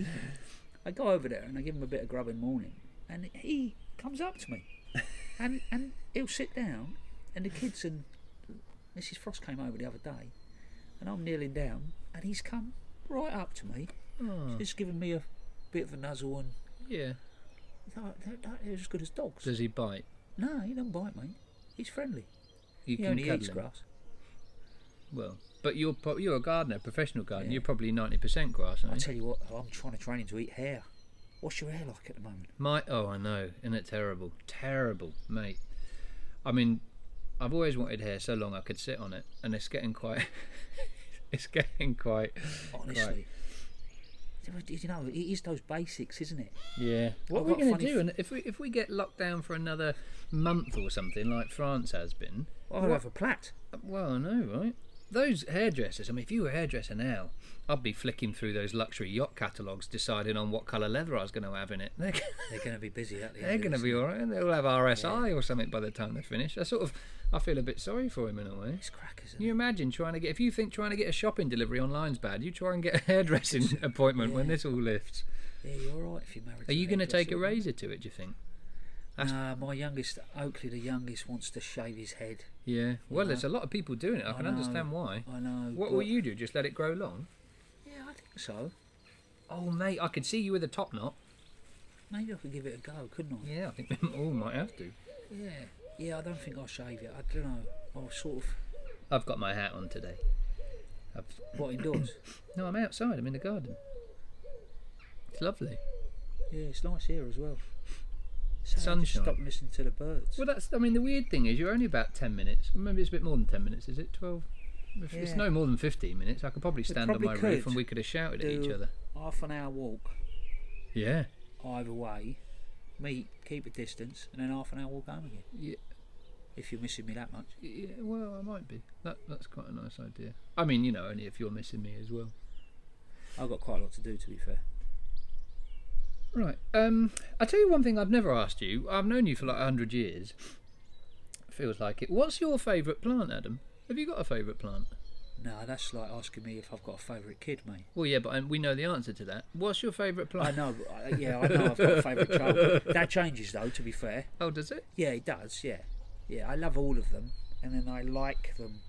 I go over there and I give him a bit of grub in the morning, and he comes up to me, and and he'll sit down, and the kids and Mrs Frost came over the other day, and I'm kneeling down, and he's come right up to me,
Oh,
just giving me a bit of a nuzzle, and
yeah.
they're, they're, they're as good as dogs.
Does he bite?
No, he don't bite me. He's friendly.
You
He
can
only
cuddle
eats
him.
grass.
Well, but you're pro- you're a gardener, a professional gardener.
Yeah.
You're probably ninety percent grass,
I
aren't you?
tell you what, I'm trying to train him to eat hair. What's your hair like at the moment?
My oh, I know, isn't it terrible? Terrible, mate. I mean, I've always wanted hair so long I could sit on it, and it's getting quite. it's getting quite.
Honestly. You know, it is those basics, isn't it?
Yeah. What
I've
are
got
we going
funny
to
f-
do? And if we if we get locked down for another month or something, like France has been,
I'll have a plait.
Well, I know, right? Those hairdressers, I mean, if you were a hairdresser now, I'd be flicking through those luxury yacht catalogues deciding on what colour leather I was going to have in it. They're,
They're going to be busy at the
they're
end.
going to
of this.
be all right. They'll have RSI or something by the time they finish. I sort of, I feel a bit sorry for him in a way.
It's crackers. Isn't
Can you imagine trying to get, if you think trying to get a shopping delivery online's bad, you try and get a hairdressing appointment when this all lifts.
it? Yeah, you're all right if you're married.
Are you going to
to
take a
rate?
razor to it, do you think?
Nah, my youngest, Oakley, the youngest, wants to shave his head.
Yeah. Well, there's a lot of people doing it. I Oh, can
know.
understand why.
I know.
What
but-
will you do? Just let it grow long?
Yeah, I think so.
Oh, mate, I could see you with a top knot.
Maybe I could give it a go, couldn't I?
Yeah, I think we all might have to.
Yeah. Yeah, I don't think I'll shave it. I don't know. I'll sort of.
I've got my hat on today. I've,
What, indoors?
no, I'm outside. I'm in the garden. It's lovely.
yeah, it's nice here as well. So I just
Sunshine.
stop and listen to the birds.
Well, that's. I mean, the weird thing is, you're only about ten minutes. Maybe it's a bit more than ten minutes. Is it twelve? If It's
Yeah.
no more than fifteen minutes. I could probably stand
probably
on my roof
could
and we could have shouted at each
do
other.
Half an hour walk
Yeah.
either way. Meet, keep a distance, and then half an hour walk home again.
yeah.
If you're missing me that much.
Yeah, well, I might be. That that's quite a nice idea. I mean, you know, only if you're missing me as well.
I've got quite a lot to do, to be fair.
Right. Um, I tell you one thing I've never asked you. I've known you for like hundred years. Feels like it. What's your favourite plant, Adam? Have you got a favourite plant?
No, that's like asking me if I've got a favourite kid, mate.
Well, yeah, but um, we know the answer to that. What's your favourite
I
plant?
know, I- yeah, I know I've got a favourite child. That changes, though, to be fair.
Oh, does it?
Yeah, it does, yeah. Yeah, I love all of them, and then I like them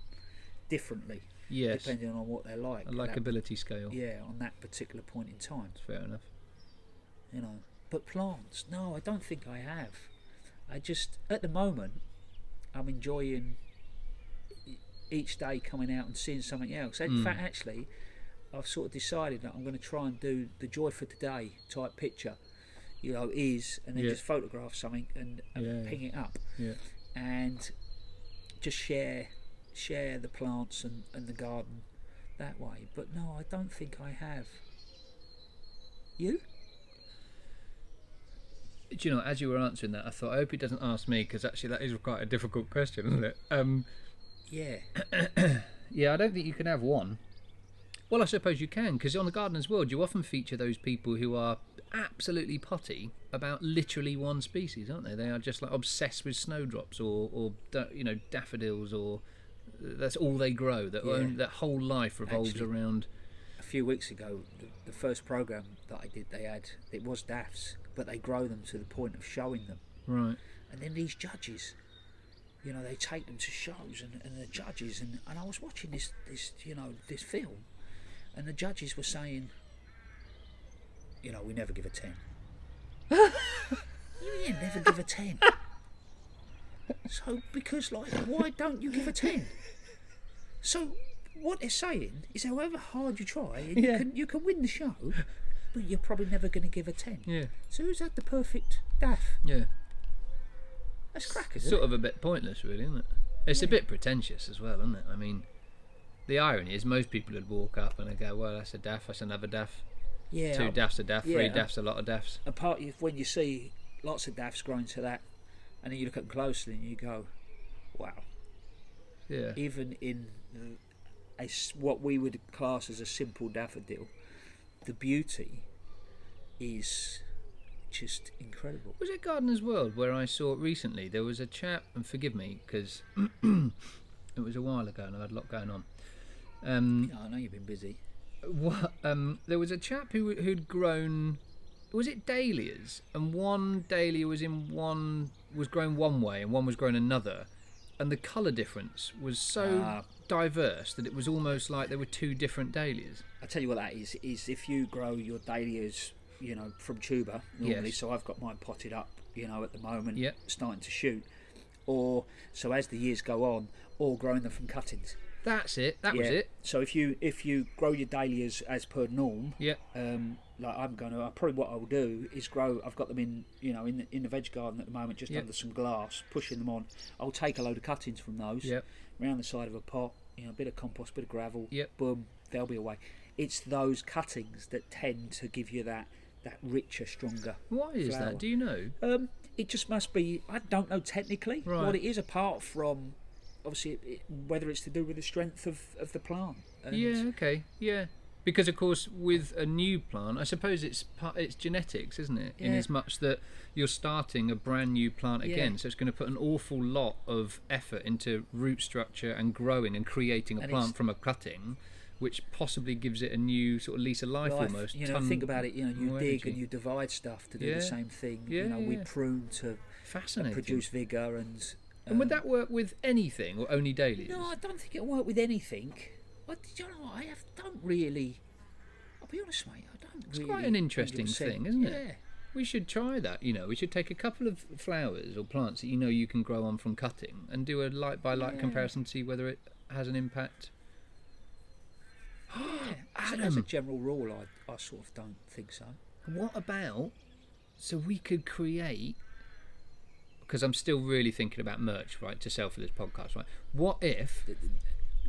differently,
Yes.
depending on what they're like.
A
at that-
likability scale.
Yeah, on that particular point in time,
Fair enough.
you know. But plants, no, I don't think I have. I just, at the moment, I'm enjoying e- each day coming out and seeing something else.
Hmm.
In fact, actually, I've sort of decided that I'm going to try and do the joy for today type picture, you know, is, and then
Yeah.
just photograph something and, and
Yeah, yeah.
ping it up
Yeah.
and just share share the plants and, and the garden that way. But no, I don't think I have. You?
Do you know, as you were answering that, I thought, I hope he doesn't ask me because actually that is quite a difficult question, isn't it? Um,
Yeah.
yeah, I don't think you can have one. Well, I suppose you can because on the Gardener's World, you often feature those people who are absolutely potty about literally one species, aren't they? They are just like obsessed with snowdrops or, or da- you know, daffodils or uh, that's all they grow. That
Yeah.
own, that whole life revolves
Actually-
around.
A few weeks ago, the, the first program that I did, they had it was daffs, but they grow them to the point of showing them.
Right.
And then these judges, you know, they take them to shows and, and the judges and, and I was watching this this you know this film, and the judges were saying, you know, we never give a ten. you mean never give a ten. So because like, why don't you give a ten? So what they're saying is, however hard you
Yeah.
try, you can you can win the show, but you're probably never going to give a ten.
Yeah.
So who's had the perfect daff?
Yeah.
That's crackers.
It's
isn't it?
sort of a bit pointless, really, isn't it? It's a bit pretentious as well, isn't it? I mean, the irony is most people would walk up and they'd go, "Well, that's a daff. That's another daff.
Yeah.
Two daffs a daff. Three
yeah.
daffs a lot of daffs."
A part of when you see lots of daffs growing to that, and then you look at them closely and you go, "Wow!"
Yeah.
Even in the, a s what we would class as a simple daffodil, the beauty is just incredible.
Was it Gardener's World where I saw it recently? There was a chap, and forgive me because it was a while ago and I had a lot going on. Um,
Yeah, I know you've been busy.
what, um, there was a chap who who'd grown. Was it dahlias? And one dahlia was in one was grown one way, and one was grown another, and the colour difference was so
Ah.
diverse that it was almost like there were two different dahlias.
I tell you what that is is if you grow your dahlias, you know, from tuber normally.
Yes.
So I've got mine potted up, you know, at the moment,
Yep.
starting to shoot. Or so as the years go on, or growing them from cuttings.
That's it. That was
Yeah.
it.
So if you if you grow your dahlias as per norm,
Yeah.
um, like I'm going to, I probably what I'll do is grow. I've got them in you know in the, in the veg garden at the moment, just
Yeah.
under some glass, pushing them on. I'll take a load of cuttings from those
Yeah.
round the side of a pot, you know, a bit of compost, bit of gravel.
Yeah.
Boom, they'll be away. It's those cuttings that tend to give you that that richer, stronger.
Why is
Flower.
that? Do you know?
Um, it just must be. I don't know technically
Right.
what it is, apart from obviously it, it, whether it's to do with the strength of, of the plant. And
Yeah. Okay. Yeah. Because of course, with a new plant, I suppose it's part, it's genetics, isn't it? In
Yeah.
as much that you're starting a brand new plant
Yeah.
again, so it's going to put an awful lot of effort into root structure and growing and creating a
And
plant
it's-
from a cutting, which possibly gives it a new sort of lease of life,
life,
almost.
You know,
ton
think about it. You know, you
more
dig
energy.
and you divide stuff to do
Yeah.
the same thing.
Yeah,
you know, we
yeah.
prune to
fascinating.
uh, produce vigor and. um,
and would that work with anything or only dahlias?
No, I don't think it'll work with anything. But do you know, what? I have, don't really. I'll be honest, mate. I don't.
It's quite an interesting thing, isn't it?
Yeah.
we should try that. You know, we should take a couple of flowers or plants that you know you can grow on from cutting and do a light by light
Yeah.
comparison to see whether it has an impact.
As a- As a
Adam.
general rule, I, I sort of don't think so.
What about so we could create? Because I'm still really thinking about merch, right, to sell for this podcast, right? What if?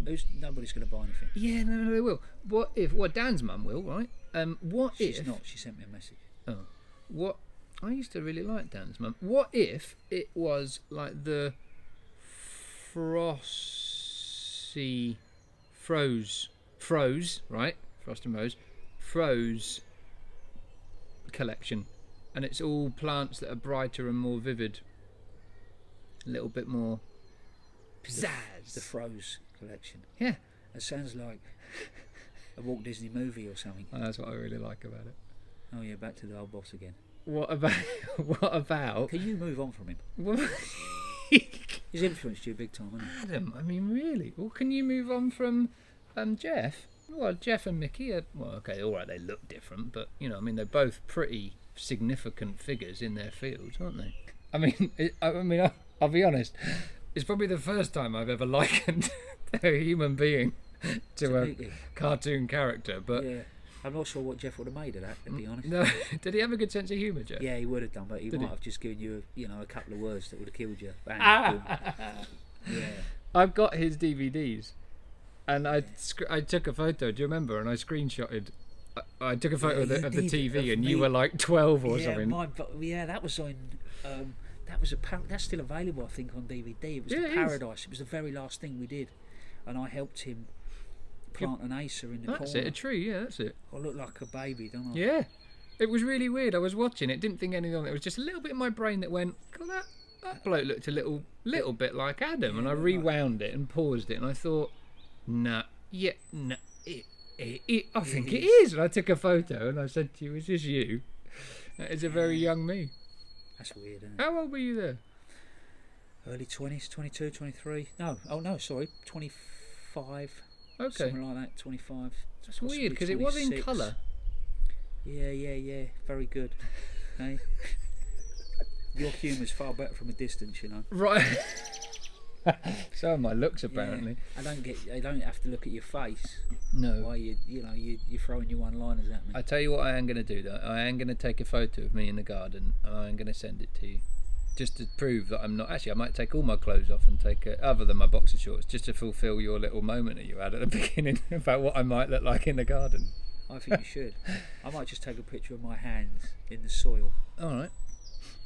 Who's, nobody's going to buy anything.
Yeah, no, no, they will. What if? Well, Dan's mum will, right? Um, what
She's
if?
not. She sent me a message.
Oh, what? I used to really like Dan's mum. What if it was like the frosty froze froze right frost and rose froze collection and it's all plants that are brighter and more vivid a little bit more
The
pizzazz
Froze collection.
yeah
It sounds like a Walt Disney movie or something.
that's what i really like about it
Oh yeah, back to the old boss again.
what about what about
Can you move on from him? He's influenced you big time, hasn't he?
Adam, I mean, really? Well, can you move on from um, Jeff? Well, Jeff and Mickey are, well, okay, all right, they look different, but, you know, I mean, they're both pretty significant figures in their fields, aren't they? I mean, it, I I mean, I'll, I'll be honest, it's probably the first time I've ever likened a human being to a
Mickey.
cartoon character, but Mm.
yeah, I'm not sure what Jeff would have made of that. To be honest.
no, did he have a good sense of humour, Jeff?
Yeah, he would have done, but he
Did
might
he?
have just given you, you know, a couple of words that would have killed you. Bang, boom. Yeah.
I've got his DVDs, and I sc- I took a photo. Do you remember? And I screenshotted. I, I took a photo of,
you
the, of the
did,
TV,
of
and you
me.
were like twelve or
yeah,
something.
my, but yeah, that was on. Um, that was a par- that's still available, I think, on DVD. It was
Yeah,
the
it is.
Paradise. It was the very last thing we did, and I helped him plant an acer in the
that's
corner. Oh.
it. A tree. Yeah, that's it.
I look like a baby, don't I?
Yeah, it was really weird. I was watching it, didn't think anything of it. It was just a little bit in my brain that went, "God, that that bloke looked a little little bit like Adam," and I rewound it and paused it, and I thought, "Nah, yeah, nah, it, it, it, I think it is." And I took a photo, and I said to you, "Is this you?" That is a very young me.
That's weird, isn't it?
How old were you there?
Early 20s, 22, 23. No, oh no, sorry, 25.
Okay.
Something like that, 25.
That's weird because it was in colour.
Yeah, yeah, yeah. Very good. hey? Your humour's far better from a distance, you know.
Right. so are my looks
Yeah.
apparently.
I don't get. I don't have to look at your face
No.
while you, you know, you, you're throwing your one-liners at me.
I tell you what, I am going to do though. I am going to take a photo of me in the garden and I am going to send it to you. Just to prove that I'm not. Actually, I might take all my clothes off and take a, other than my boxer shorts, just to fulfil your little moment that you had at the beginning about what I might look like in the garden.
I think you should. I might just take a picture of my hands in the soil,
All right.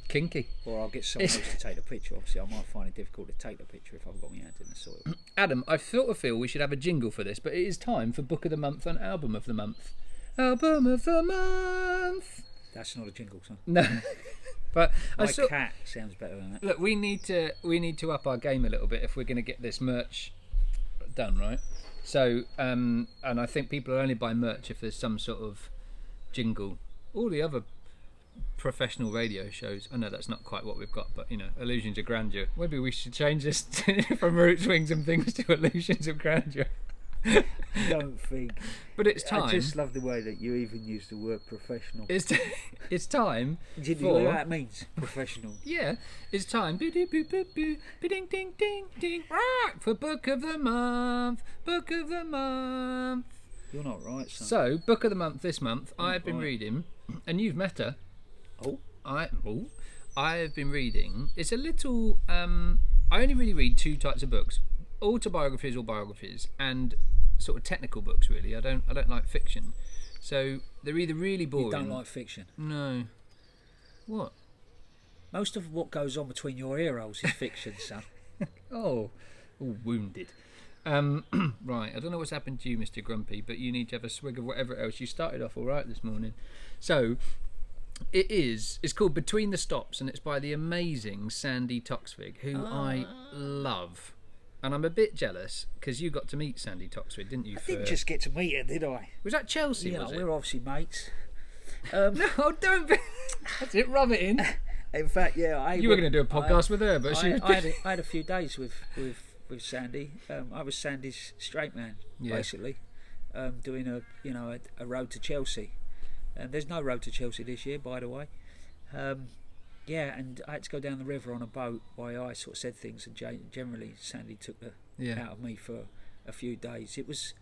Kinky.
or I'll get someone else to take the picture. Obviously, I might find it difficult to take the picture if I've got my hands in the soil.
Adam, I sort of feel we should have a jingle for this, but it is time for book of the month and album of the month. Album of the month.
That's not a jingle song.
No, but I
My
sort-
cat sounds better than that.
look. We need to we need to up our game a little bit if we're going to get this merch done right. So, um, and I think people only buy merch if there's some sort of jingle. All the other professional radio shows. I know that's not quite what we've got, but you know, illusions of grandeur. Maybe we should change this to, from roots, wings, and things to illusions of grandeur.
I don't think.
But it's time.
I just love the way that you even use the word professional.
It's t- it's time.
Did you know
for-
what that means? Professional.
Yeah, it's time. Ding ding ding ding. Rah! For book of the month. Book of the month.
You're not right, son.
So book of the month this month. I've been
right.
reading, and you've met her.
oh,
I oh, I have been reading. It's a little. Um, I only really read two types of books: autobiographies or biographies, and sort of technical books. Really, I don't. I don't like fiction. So they're either really boring.
you don't like fiction.
No. What?
Most of what goes on between your ear holes is fiction, son.
Oh, all wounded. Um, right, I don't know what's happened to you, Mr. Grumpy, but you need to have a swig of whatever else. You started off all right this morning. So, it is. It's called Between the Stops, and it's by the amazing Sandy Toxvig, who I
Ah.
love. And I'm a bit jealous because you got to meet Sandy Toxvig, didn't you? for-
Didn't just get to meet her, did I?
Was that Chelsea?
You know,
was it?
we're obviously mates. Um,
No, don't be. That's it, rub it in.
in fact, yeah, I.
You were going to do a podcast with her, but she
I,
was.
I, had a, I had a few days with with with Sandy. Um, I was Sandy's straight man,
Yeah.
basically, um, doing a you know a, a road to Chelsea. And there's no road to Chelsea this year, by the way. Um, yeah, and I had to go down the river on a boat where I sort of said things, and gen- generally Sandy took the
Yeah.
out of me for a few days. It was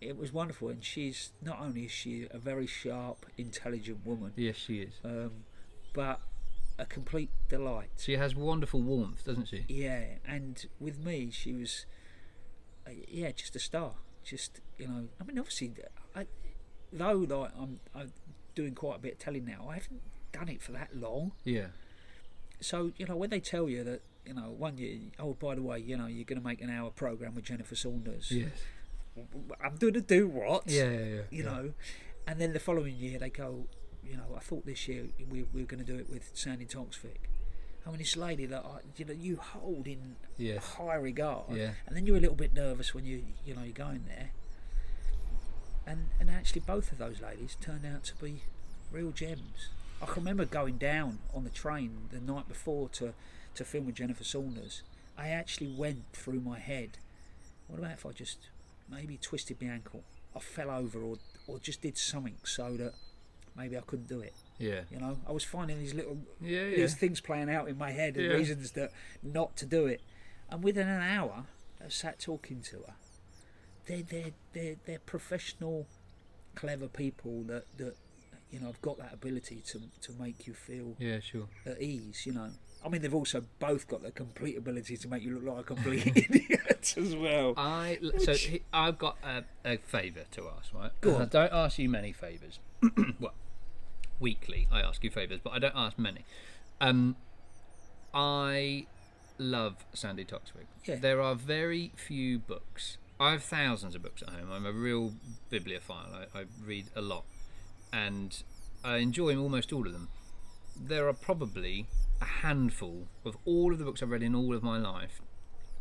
it was wonderful, and she's not only is she a very sharp, intelligent woman,
Yes, she is.
um, but a complete delight.
She has wonderful warmth, doesn't she?
Yeah, and with me, she was, uh, yeah, just a star. Just you know, I mean, obviously, I, though like, I'm I'm doing quite a bit of telling now. I haven't done it for that long,
Yeah.
so you know, when they tell you that you know one year, oh by the way, you know, you're going to make an hour program with Jennifer Saunders.
Yes.
I'm going to do what?
Yeah, yeah, yeah.
you know, and then the following year they go, you know, I thought this year we, we were going to do it with Sandy Toksvik. I mean, this lady that I, you know you hold in
Yes.
high regard,
Yeah.
and then you're a little bit nervous when you you know you're going there, and and actually both of those ladies turned out to be real gems. I can remember going down on the train the night before to to film with Jennifer Saunders. I actually went through my head, what about if I just maybe twisted my ankle, I fell over, or or just did something so that maybe I couldn't do it.
Yeah.
You know, I was finding these little
Yeah, yeah.
these things playing out in my head and
Yeah.
reasons that not to do it. And within an hour, I sat talking to her. They're they're they're, they're professional, clever people that that you know have got that ability to to make you feel
Yeah, sure.
at ease. You know. I mean, they've also both got the complete ability to make you look like a complete idiot as well.
I so he, I've got a, a favour to ask, right?
Go
And I
on.
don't ask you many favours. well, weekly I ask you favours, but I don't ask many. Um, I love Sandy Toksvig.
Yeah.
There are very few books. I have thousands of books at home. I'm a real bibliophile. I, I read a lot, and I enjoy almost all of them. There are probably a handful of all of the books I've read in all of my life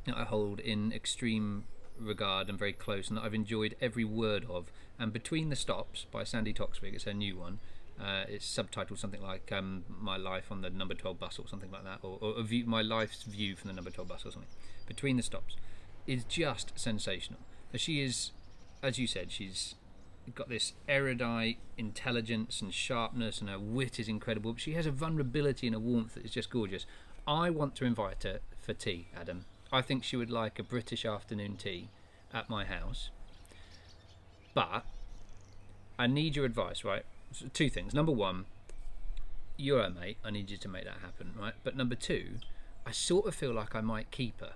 that I hold in extreme regard and very close, and that I've enjoyed every word of. And Between the Stops by Sandy Toksvig, it's her new one. Uh, it's subtitled something like um, "My Life on the Number Twelve Bus" or something like that, or, or a view, "My Life's View from the Number Twelve Bus" or something. Between the Stops is just sensational. She is, as you said, she's got this erudite intelligence and sharpness, and her wit is incredible. But she has a vulnerability and a warmth that is just gorgeous. I want to invite her for tea, Adam. I think she would like a British afternoon tea at my house. But I need your advice, right? S- Two things. Number one, you're her mate. I need you to make that happen, right? But number two, I sort of feel like I might keep her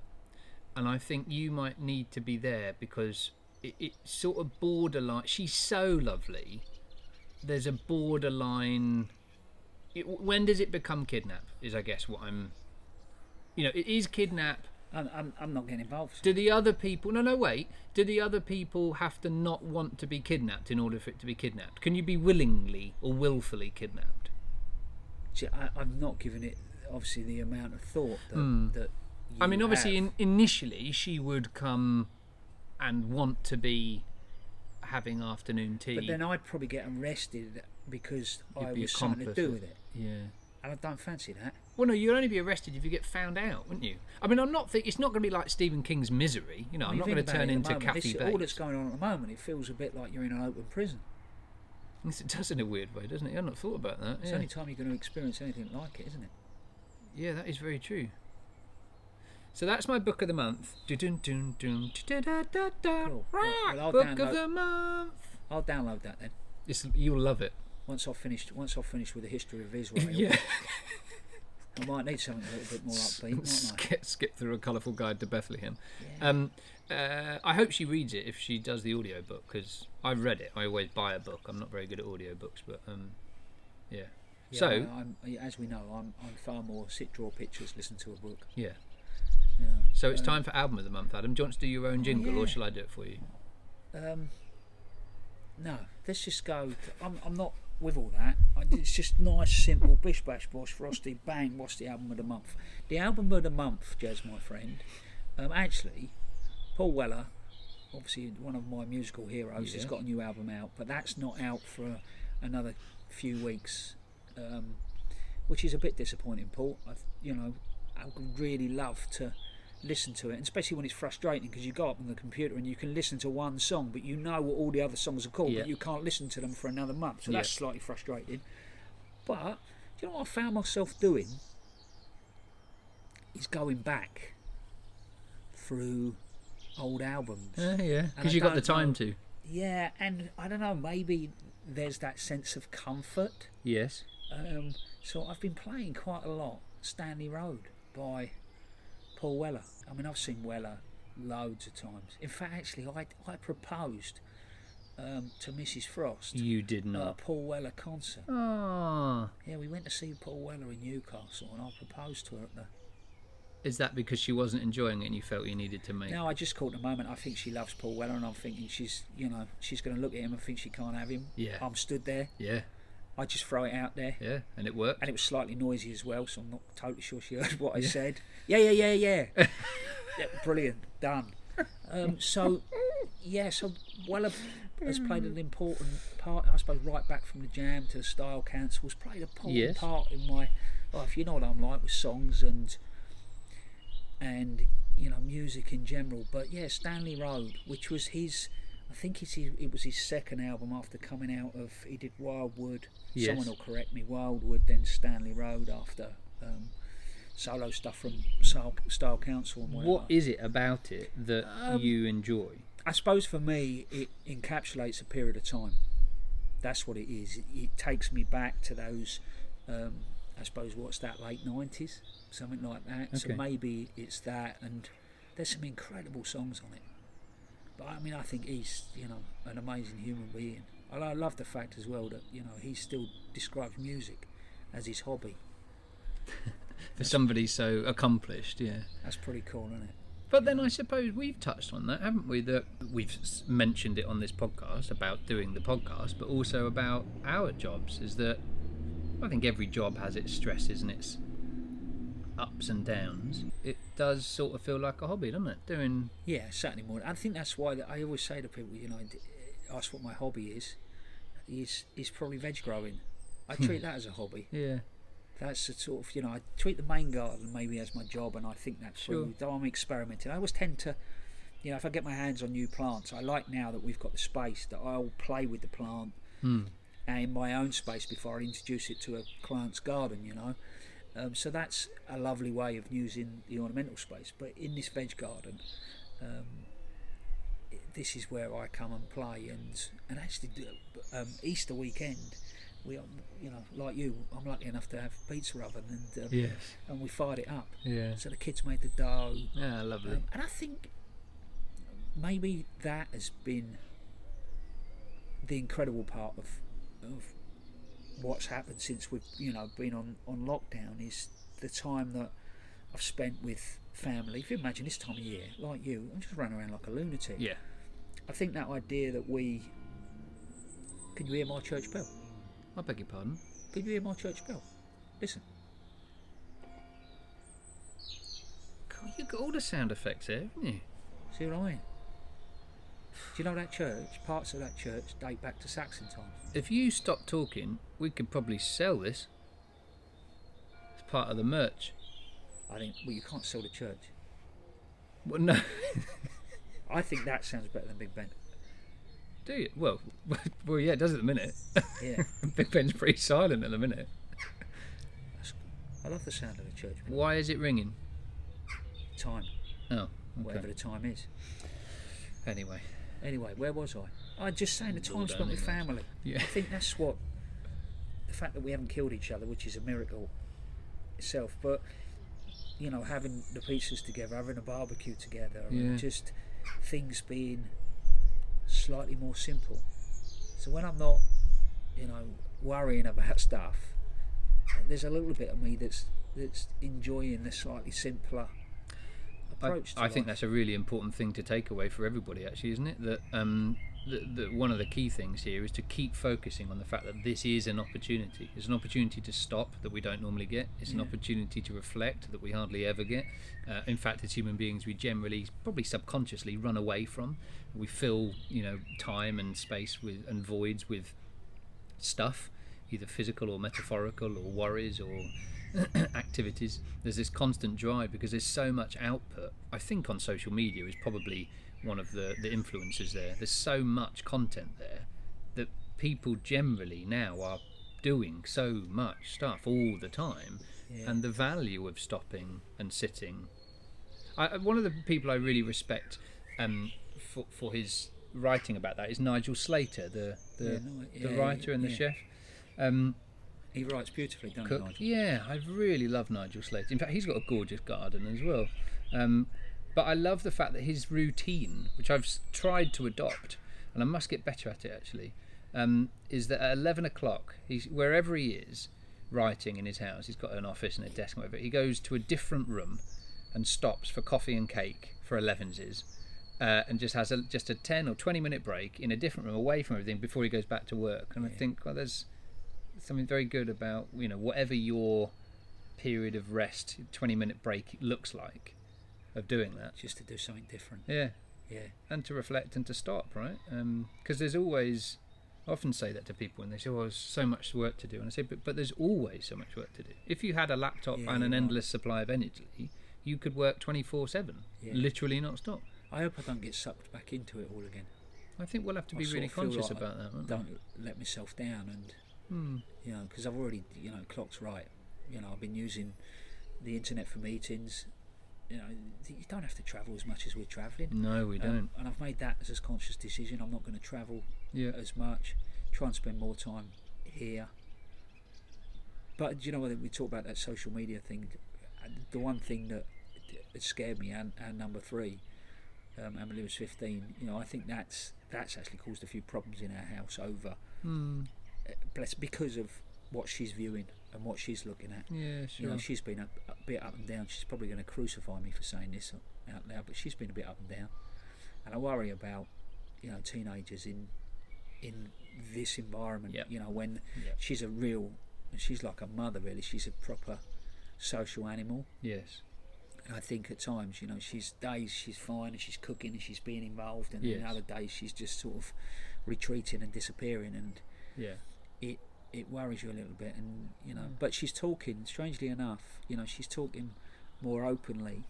and I think you might need to be there because it, it sort of borderline. She's so lovely. There's a borderline. It, when does it become kidnap? Is I guess what I'm. You know, it is kidnap.
I'm, I'm, I'm not getting involved.
Do the other people? No, no, wait. Do the other people have to not want to be kidnapped in order for it to be kidnapped? Can you be willingly or willfully kidnapped?
See, I, I'm not giving it obviously the amount of thought that. that
Hmm. I mean,
you
obviously,
have.
in, initially she would come and want to be having afternoon tea.
But then I'd probably get arrested because I
be
was something to
accomplice
do
in
with it,
Yeah.
and I don't fancy that.
Well, no, you'd only be arrested if you get found out, wouldn't you? I mean, I'm not. Think, it's not going to be like Stephen King's Misery. You know,
I
I'm
mean,
not
think
going to
about it
turn
at the
into
moment.
Kathy
This- All
Bates.
that's going on at the moment, it feels a bit like you're in an open prison.
Yes, It does in a weird way, doesn't it? I've not thought about that.
It's
Yeah,
the only time you're going to experience anything like it, isn't it?
yeah that is very true. So that's my book of the month. Dun dun dun dun da da da.
Cool.
Rah!
Well, I'll
Book of
download-
the month.
I'll download that then
It's, you'll love it.
once I've finished. Once I've finished with the history of Israel,
Yeah.
I might need something a little bit more upbeat, mightn't
skip, skip through a colourful guide to Bethlehem.
Yeah.
Um, uh, I hope she reads it if she does the audiobook because I've read it. I always buy a book. I'm not very good at audiobooks, but um, yeah.
I?
So
Yeah, I'm, as we know, I'm, I'm far more sit, draw pictures, listen to a book.
yeah.
Yeah.
So it's time for album of the month, Adam. Do you want to do your own jingle,
yeah.
or shall I do it for you?
Um, no, let's just go. I'm, I'm not with all that. I, it's just nice, simple, bish bash bosh, frosty, bang. What's the album of the month? The album of the month, Jazz, my friend. Um, actually, Paul Weller, obviously one of my musical heroes, has
Yeah.
got a new album out, but that's not out for another few weeks, um, which is a bit disappointing, Paul. I, you know, I would really love to listen to it, and especially when it's frustrating because you go up on the computer and you can listen to one song, but you know what all the other songs are called,
Yeah.
but you can't listen to them for another month, so
Yeah.
that's slightly frustrating. But you know what I found myself doing? Is going back through old albums.
Yeah, Uh, yeah.
And I
Because you got the
don't
time
know-
to.
Yeah, and I don't know, maybe there's that sense of comfort.
Yes.
Um, so I've been playing quite a lot Stanley Road by Paul Weller. I mean, I've seen Weller loads of times. In fact, actually, I, I proposed um, to Mrs. Frost
You did
at a
not.
Paul Weller concert.
Ah.
Yeah, we went to see Paul Weller in Newcastle and I proposed to her at the.
Is that because she wasn't enjoying it and you felt you needed to make?
No, I just caught the moment. I think she loves Paul Weller and I'm thinking she's, you know, she's going to look at him and think she can't have him.
Yeah.
I'm stood there.
Yeah,
I just throw it out there.
yeah, and it worked.
and it was slightly noisy as well, so I'm not totally sure she heard what I said. Yeah, yeah, yeah, yeah. yeah brilliant, done. Um, so, yeah, so Weller has played an important part, I suppose, right back from the jam to the style council, has played a important
Yes.
part in my life. You know what I'm like with songs and and you know music in general. But yeah, Stanley Road, which was his, I think it's his, it was his second album after coming out of he did Wildwood. Someone
Yes.
will correct me. Wildwood, then Stanley Road after um, solo stuff from Style, Style Council and whatever.
What is it about it that you enjoy?
I suppose for me, it encapsulates a period of time. That's what it is. It, it takes me back to those, um, I suppose, what's that, late 90s? Something like that. So
Okay.
maybe it's that, and there's some incredible songs on it. But I mean, I think he's, you know, an amazing human being. I, lo- I love the fact as well that, you know, he still describes music as his hobby.
For somebody so accomplished, yeah.
That's pretty cool, isn't it?
But then I suppose we've touched on that, haven't we? That we've s- mentioned it on this podcast about doing the podcast, but also about our jobs. Is that I think every job has its stresses and its ups and downs. It does sort of feel like a hobby, doesn't it? Doing
Yeah, Saturday morning. I think that's why that I always say to people, you know, d- ask what my hobby is. Is is probably veg growing. I treat that as a hobby.
yeah,
That's the sort of you know I treat the main garden maybe as my job, and I think that's
Sure.
through. Though I'm experimenting, I always tend to, you know, if I get my hands on new plants, I like now that we've got the space that I'll play with the plant and in my own space before I introduce it to a client's garden. You know, um, so that's a lovely way of using the ornamental space. But in this veg garden, um, i- this is where I come and play, and and actually do, um, Easter weekend. We, are- you know, like you, I'm lucky enough to have a pizza oven, and um,
yes,
and we fired it up.
yeah,
So the kids made the dough,
yeah, lovely.
um, and I think maybe that has been the incredible part of of what's happened since we've you know been on on lockdown is the time that I've spent with family. If you imagine this time of year, like you, I'm just running around like a lunatic.
yeah,
I think that idea that we can you hear my church bell?
I beg your pardon.
Can you hear my church bell? Listen.
God, you got all the sound effects here, haven't you?
See what I mean? Do you know that church? Parts of that church date back to Saxon times.
If you stop talking, we could probably sell this. It's part of the merch.
I think. Well, you can't sell the church.
Well, no,
I think that sounds better than Big Ben.
do you? Well, well, yeah, it does at the minute.
Yeah,
Big Ben's pretty silent at the minute.
that's, I love the sound of the church. bell.
Why is it ringing?
Time,
Oh,
whatever
okay.
the time is.
Anyway,
Anyway, where was I? I just saying the time
Lord
spent with
only knows.
family.
yeah,
I think that's what the fact that we haven't killed each other, which is a miracle itself, but you know, having the pizzas together, having a barbecue together,
Yeah.
and just things being slightly more simple. So when I'm not, you know, worrying about stuff, there's a little bit of me that's that's enjoying the slightly simpler
I,
approach. to
I think
life.
that's a really important thing to take away for everybody, actually, isn't it? That um, that that one of the key things here is to keep focusing on the fact that this is an opportunity. It's an opportunity to stop that we don't normally get. It's an
Yeah.
opportunity to reflect that we hardly ever get. Uh, in fact, as human beings, we generally, probably subconsciously, run away from. We fill, you know, time and space with and voids with stuff, either physical or metaphorical or worries or activities. There's this constant drive because there's so much output. I think on social media is probably one of the, the influences there. There's so much content there that people generally now are doing so much stuff all the time,
Yeah.
and the value of stopping and sitting. I, I- one of the people I really respect um, for for his writing about that is Nigel Slater, the the,
Yeah, no,
the
yeah,
writer and the
yeah.
chef. Um,
He writes beautifully, doesn't
cook.
he, Nigel?
Yeah, I really love Nigel Slater. In fact, he's got a gorgeous garden as well. Um, but I love the fact that his routine, which I've s- tried to adopt, and I must get better at it actually, um, is that at 11 o'clock, he's, wherever he is writing in his house, he's got an office and a desk and whatever, he goes to a different room and stops for coffee and cake for 11s. Uh, and just has a, just a 10 or 20 minute break in a different room away from everything before he goes back to work. And I think, well, there's something very good about you know whatever your period of rest 20 minute break looks like of doing that
Just to do something different.
yeah
Yeah.
and to reflect and to stop right because there's always I often say that to people and they say oh there's so much work to do and I say but, but there's always so much work to do if you had a laptop
Yeah,
and an
you're right.
endless supply of energy you could work 24 7
Yeah.
literally not stop
I hope I don't get sucked back into it all again.
I think we'll have to
I
be
sort
really
of feel
conscious
like I
about that won't we?
Don't let myself down, and
Hmm.
you know, because I've already, you know, clocked right. You know, I've been using the internet for meetings. You know, you don't have to travel as much as we're travelling.
no we don't
Um, and I've made that as a conscious decision. I'm not going to travel
yeah
as much. Try and spend more time here. But do you know what we talk about that social media thing? and The one thing that it scared me, and, and number three, um, Emily was 15. You know, I think that's that's actually caused a few problems in our house over,
Hmm.
uh, bless because of what she's viewing and what she's looking at.
yeah sure
You know, she's been a, a bit up and down. She's probably going to crucify me for saying this out loud, but she's been a bit up and down. And I worry about, you know, teenagers in in this environment.
Yep.
You know, when
Yep.
she's a real, she's like a mother really. She's a proper social animal.
yes
And I think at times, you know, she's days she's fine and she's cooking and she's being involved, and then
Yes.
other days she's just sort of retreating and disappearing and
yeah
it it worries you a little bit and you
Mm.
know but she's talking strangely enough you know she's talking more openly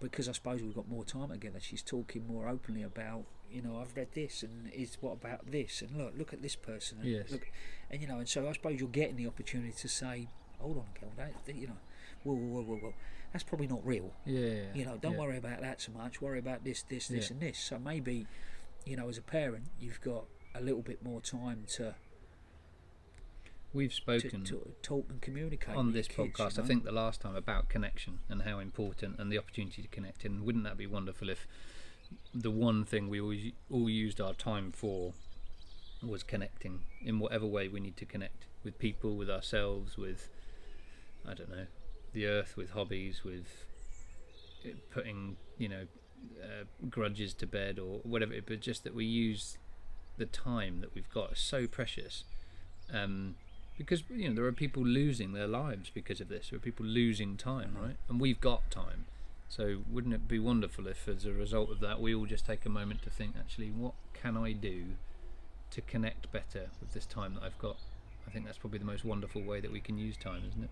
because I suppose we've got more time together she's talking more openly about you know I've read this and is what about this and look look at this person and
Yes.
look and you know and so I suppose you're getting the opportunity to say hold on girl that that, you know whoa whoa whoa whoa, whoa. that's probably not real
yeah
you know don't
yeah.
worry about that so much worry about this this this
Yeah.
and this so maybe you know as a parent you've got a little bit more time to
we've
to,
spoken
to talk and communicate
on
with
this
your kids,
podcast, I
you know?
think the last time about connection and how important and the opportunity to connect. And wouldn't that be wonderful if the one thing we all, u- all used our time for was connecting in whatever way we need to connect with people, with ourselves, with I don't know, the earth, with hobbies, with uh, putting you know uh, grudges to bed or whatever. it- But just that we use the time that we've got is so precious. Um, because you know there are people losing their lives because of this. There are people losing
Mm-hmm.
time, right? And we've got time, so wouldn't it be wonderful if, as a result of that, we all just take a moment to think, actually, what can I do to connect better with this time that I've got? I think that's probably the most wonderful way that we can use time, isn't it?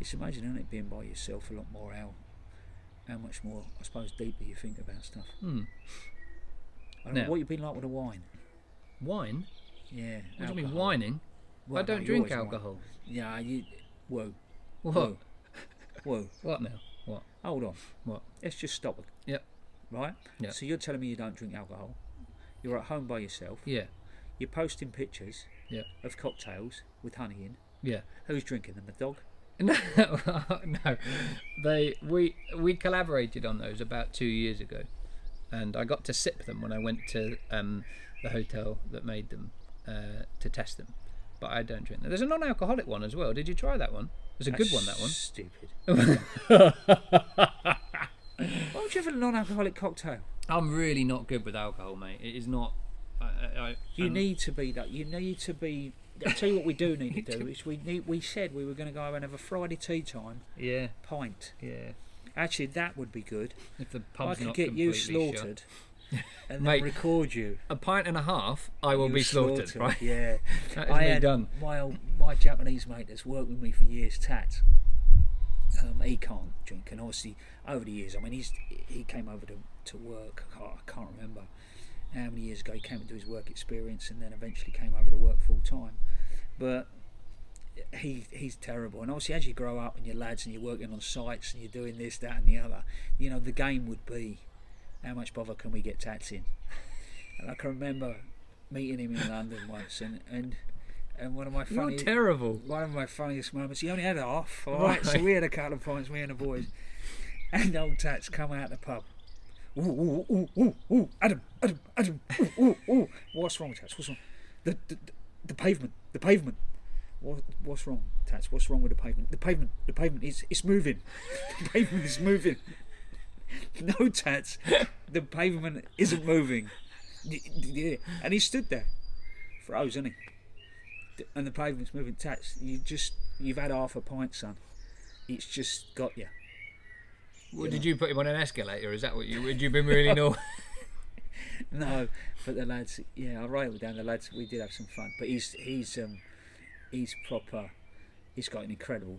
it's amazing, isn't it, being by yourself a lot more. How how much more, I suppose, deeply you think about stuff.
Hmm.
I don't know
Now-
what you've been like with a wine.
Wine?
Yeah.
What do you mean
alcohol.
whining?
Well,
I don't
no, you
drink
always wine.
alcohol.
Yeah, you. Whoa,
What?
whoa, whoa.
What now? What?
Hold on.
What?
Let's just stop it,
Yep.
right?
Yeah.
So you're telling me you don't drink alcohol. You're at home by yourself.
Yeah.
You're posting pictures
Yeah.
of cocktails with honey in.
Yeah.
Who's drinking them? The dog.
No, no. They we we collaborated on those about two years ago, and I got to sip them when I went to um, the hotel that made them uh, to test them. But I don't drink them. There's a non-alcoholic one as well. Did you try that one? It's a good one. That one.
Stupid. Why would you have a non-alcoholic cocktail?
I'm really not good with alcohol, mate. It is not. I, I, I,
You
um,
need to be that. You need to be. I tell you what, we do need to do is we need. We said we were going to go and have a Friday tea time
Yeah,
pint.
yeah.
Actually, that would be good.
If the pub's
I could
not
get you
completely shut.
slaughtered, and
Mate,
then record you.
A pint and a half, I will
You
be
were
slaughtered. Right?
Yeah,
That is
I
me
had
done.
my old, my Japanese mate that's worked with me for years, Tat. Um, he can't drink, and obviously over the years, I mean, he's he came over to to work. I can't, I can't remember how many years ago he came to do his work experience, and then eventually came over to work full time. But he he's terrible. And obviously, as you grow up and you're lads and you're working on sites and you're doing this, that, and the other, you know, the game would be how much bother can we get tats in? And I can remember meeting him in London once, and and and one of my
You're
funny.
terrible.
one of my funniest moments. He only had half, all right. So
Right.
we had a couple of points, me and the boys. And old Tats come out the pub. Ooh, ooh, ooh, ooh, ooh, Adam, Adam, Adam, ooh, ooh, ooh. What's wrong, Tats? What's wrong? The, the, the pavement, the pavement. What, what's wrong, Tats? What's wrong with the pavement? The pavement, the pavement is it's moving. The pavement is moving. No, Tats, the pavement isn't moving. Y- y- yeah. And he stood there, frozen. He and the pavement's moving tats you just you've had half a pint son it's just got you
Well, Did you put him on an escalator? Is that what you? Would you been really no?
no but the lads yeah i railed down the lads we did have some fun but he's he's um he's proper he's got an incredible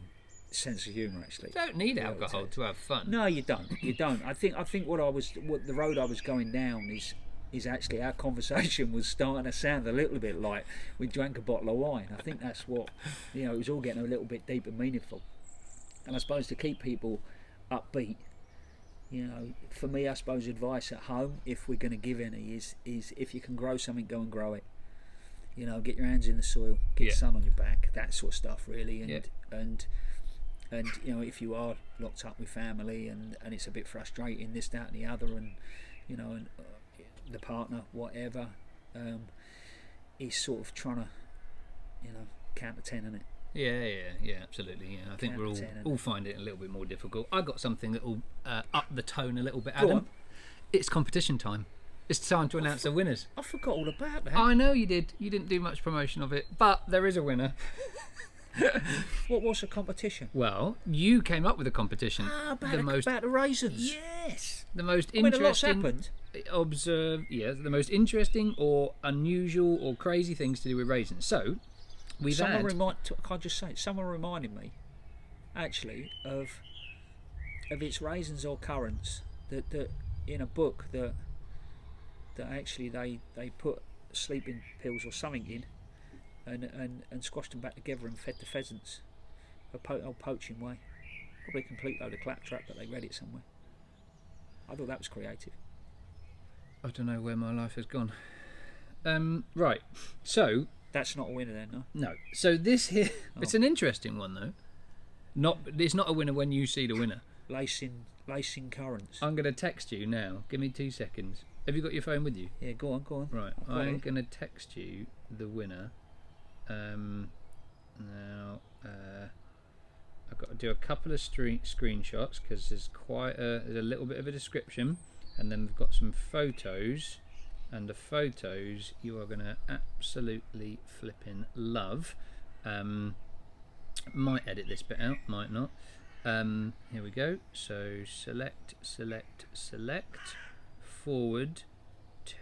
sense of humor actually
Don't need alcohol to have fun.
no you don't you don't i think i think what i was what the road i was going down is is actually our conversation was starting to sound a little bit like we drank a bottle of wine. I think that's what, you know, it was all getting a little bit deep and meaningful. and I suppose to keep people upbeat, you know, for me, I suppose advice at home, if we're going to give any, is is if you can grow something, go and grow it. You know, get your hands in the soil, get
Yeah.
sun on your back, that sort of stuff, really. And
Yeah.
and and you know, if you are locked up with family and and it's a bit frustrating, this, that, and the other, and you know, and uh, the partner, whatever, um, he's sort of trying to, you know, count to ten, is it?
Yeah, yeah, yeah, absolutely. Yeah, I think we're all
Captain.
all find it a little bit more difficult. I got something that will uh, up the tone a little bit,
Go
Adam.
on.
It's competition time. It's time to announce the winners.
I forgot all about that.
I know you did. You didn't do much promotion of it, but there is a winner.
What was the competition?
Well, you came up with a competition.
Ah, about
the
the,
most,
about the raisins.
yes, the most
I mean, a lot's
interesting.
happened.
observe yeah the most interesting or unusual or crazy things to do with raisins so we've
Someone
had
remind. Can I just say? Someone reminded me, actually, of of its raisins or currants that that in a book that that actually they they put sleeping pills or something in, and and and squashed them back together and fed the pheasants, a po- old poaching way. Probably a complete load of claptrap, but they read it somewhere. I thought that was creative.
i don't know where my life has gone um right so
That's not a winner then, no.
no so this here it's an interesting one though not it's not a winner when you see the winner
Lacing, lacing currants.
i'm going to text you now give me two seconds have you got your phone with you
Yeah, go on, go on.
right
got
i'm
it.
going to text you the winner um now uh I've got to do a couple of stre screenshots because there's quite a, there's a little bit of a description, and then we've got some photos, and the photos you are going to absolutely flipping love. Um, might edit this bit out, might not. Um, here we go. So select, select, select, forward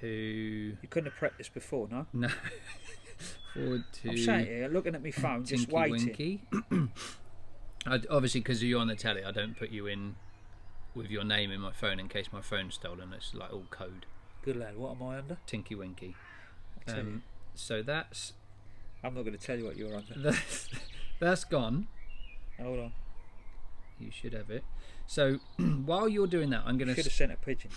to
You couldn't have prepped this before, no?
no, forward to
I'm sat here looking at my phone, just
Tinky
waiting.
Winky. I'd, obviously, because you're on the telly, I don't put you in with your name in my phone in case my phone's stolen. It's like all code.
Good lad, what am I under?
Tinky Winky.
I tell you.
Um, so that's
I'm not going to tell you what you're under.
that's that's gone.
Hold on.
You should have it. So while you're doing that, I'm gonna
Should have sent a pigeon.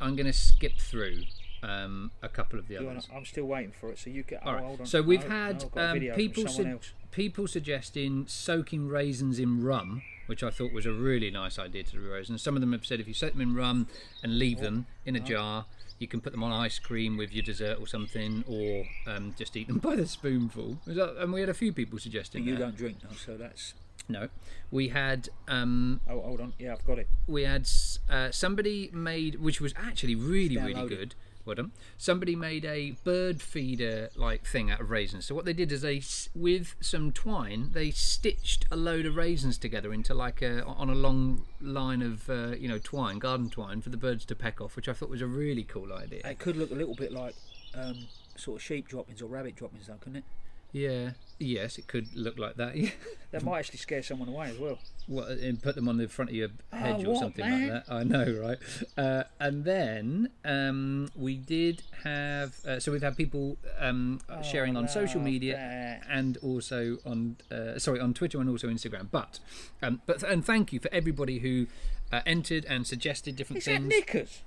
I'm gonna skip through um, a couple of the
You
others.
wanna- I'm still waiting for it, so you get.
All
oh,
right.
hold on.
So we've
No,
had
no, I've got a
um,
video from
people
someone
sug-
else.
people suggesting soaking raisins in rum, which I thought was a really nice idea to do with raisins. Some of them have said if you soak them in rum and
Oh,
leave them in a jar, you can put them on ice cream with your dessert or something, or um, just eat them by the spoonful. Was that- And we had a few people suggesting
You
that.
don't drink now, so that's.
No, we had um,
Oh, hold on. Yeah, I've got it.
we had s- uh, somebody made which was actually really really
downloaded.
good well done somebody made a bird feeder like thing out of raisins so what they did is they s- with some twine they stitched a load of raisins together into like a on a long line of uh, you know twine garden twine for the birds to peck off which i thought was a really cool idea
It could look a little bit like um, sort of sheep droppings or rabbit droppings, though, couldn't it?
Yeah. Yes, it could look like that. Yeah.
That might actually scare someone away as well.
What, and put them on the front of your hedge or
Oh, what,
something
man?
like that. I know, right? Uh, and then um, we did have, uh, so we've had people um, sharing on social
Oh, love
media
that.
and also on, uh, sorry, on Twitter and also Instagram. But, um, but and thank you for everybody who uh, entered and suggested different
Is that
things.
knickers?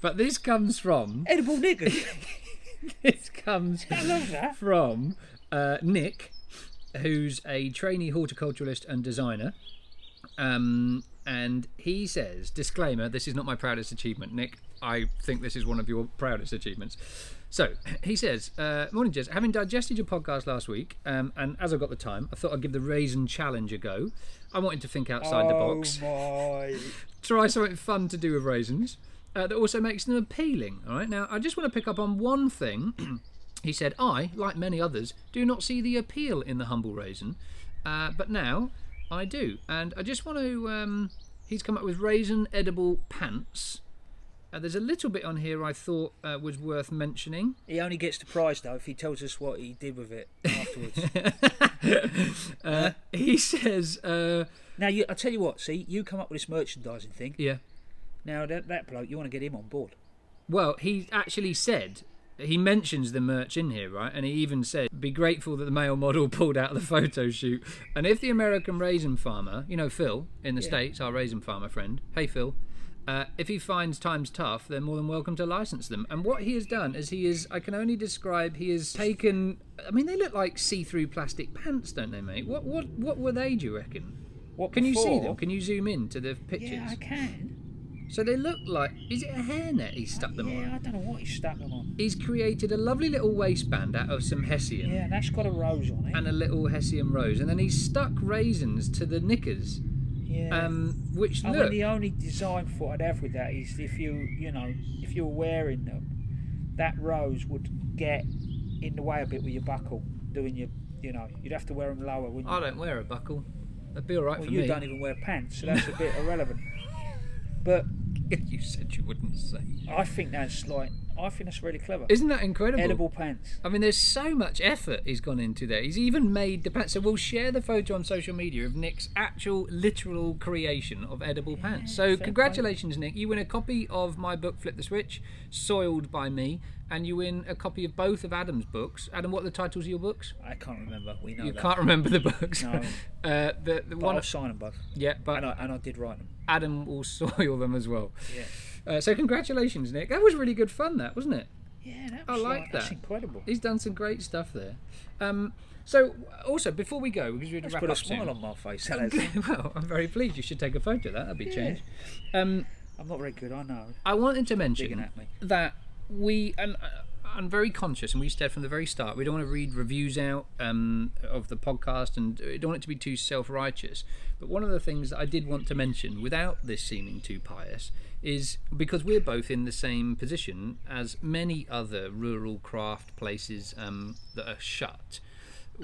But this comes from,
Edible knickers.
this comes
I love that.
from uh, Nick, who's a trainee horticulturalist and designer. Um, and he says, disclaimer, this is not my proudest achievement, Nick. I think this is one of your proudest achievements. So he says, uh, Morning, Jez. Having digested your podcast last week, um, and as I've got the time, I thought I'd give the raisin challenge a go. I wanted to think outside the box
Oh my.
try something fun to do with raisins uh, that also makes them appealing. All right, now I just want to pick up on one thing. he said, I, like many others, do not see the appeal in the humble raisin, uh, but now I do. And I just want to, um, he's come up with raisin edible pants. Uh, there's a little bit on here I thought uh, was worth mentioning.
He only gets the prize though if he tells us what he did with it afterwards.
Uh, he says, uh,
now you, I tell you what. See, you come up with this merchandising thing.
yeah.
Now that that bloke, you want to get him on board.
Well, he actually said he mentions the merch in here, right? And he even said, "Be grateful that the male model pulled out of the photo shoot." And if the American raisin farmer, you know Phil in the states, our raisin farmer friend, hey Phil, uh, if he finds times tough, they're more than welcome to license them. And what he has done is he is, I can only describe, he has taken. I mean, they look like see-through plastic pants, don't they, mate? What what what were they? Do you reckon?
What
Can you see
before-
them? Can you zoom in to the pictures?
Yeah, I can.
So they look like. Is it a hairnet he stuck them on?
Yeah, I don't know what he stuck them on.
He's created a lovely little waistband out of some Hessian
Yeah, and that's got a rose on it.
and a little Hessian rose, and then he's stuck raisins to the knickers,
yeah.
um, which
I mean,
look.
the only design thought I'd have with that is if you, you know, if you're wearing them, that rose would get in the way a bit with your buckle, doing your, you know, you'd have to wear them lower, wouldn't you?
I don't wear a buckle. That'd be all right
well,
Oh, for
you
me.
don't even wear pants, so that's a bit irrelevant. But
you said you wouldn't say.
I think that's like, I think that's really clever.
Isn't that incredible?
Edible pants.
I mean, there's so much effort he's gone into there. He's even made the pants. So we'll share the photo on social media of Nick's actual literal creation of edible pants. So congratulations, Nick. You win a copy of my book, Flip the Switch, Soiled by Me, and you win a copy of both of Adam's books. Adam, what are the titles of your books?
I can't remember. We know
You
that.
can't remember the books.
No.
uh, the the
But
one.
I'll sign them both,
Yeah,
and
but
I, and I did write them.
Adam will soil them as well.
Yeah.
Uh, so congratulations, Nick. That was really good fun. That wasn't it?
Yeah, that
I
was
like
That's
that.
incredible.
He's done some great stuff there. Um, so, also before we go, because we had to
It's
wrap
put a
up soon.
smile on my face. that has.
well, I'm very pleased. You should take a photo of that. That'd be changed. Um,
I'm not very good, I know.
I wanted to
Digging
mention
at me.
that we and uh, I'm very conscious, and we said from the very start we don't want to read reviews out um, of the podcast, and we don't want it to be too self-righteous. But one of the things that I did want to mention, without this seeming too pious, is because we're both in the same position as many other rural craft places um, that are shut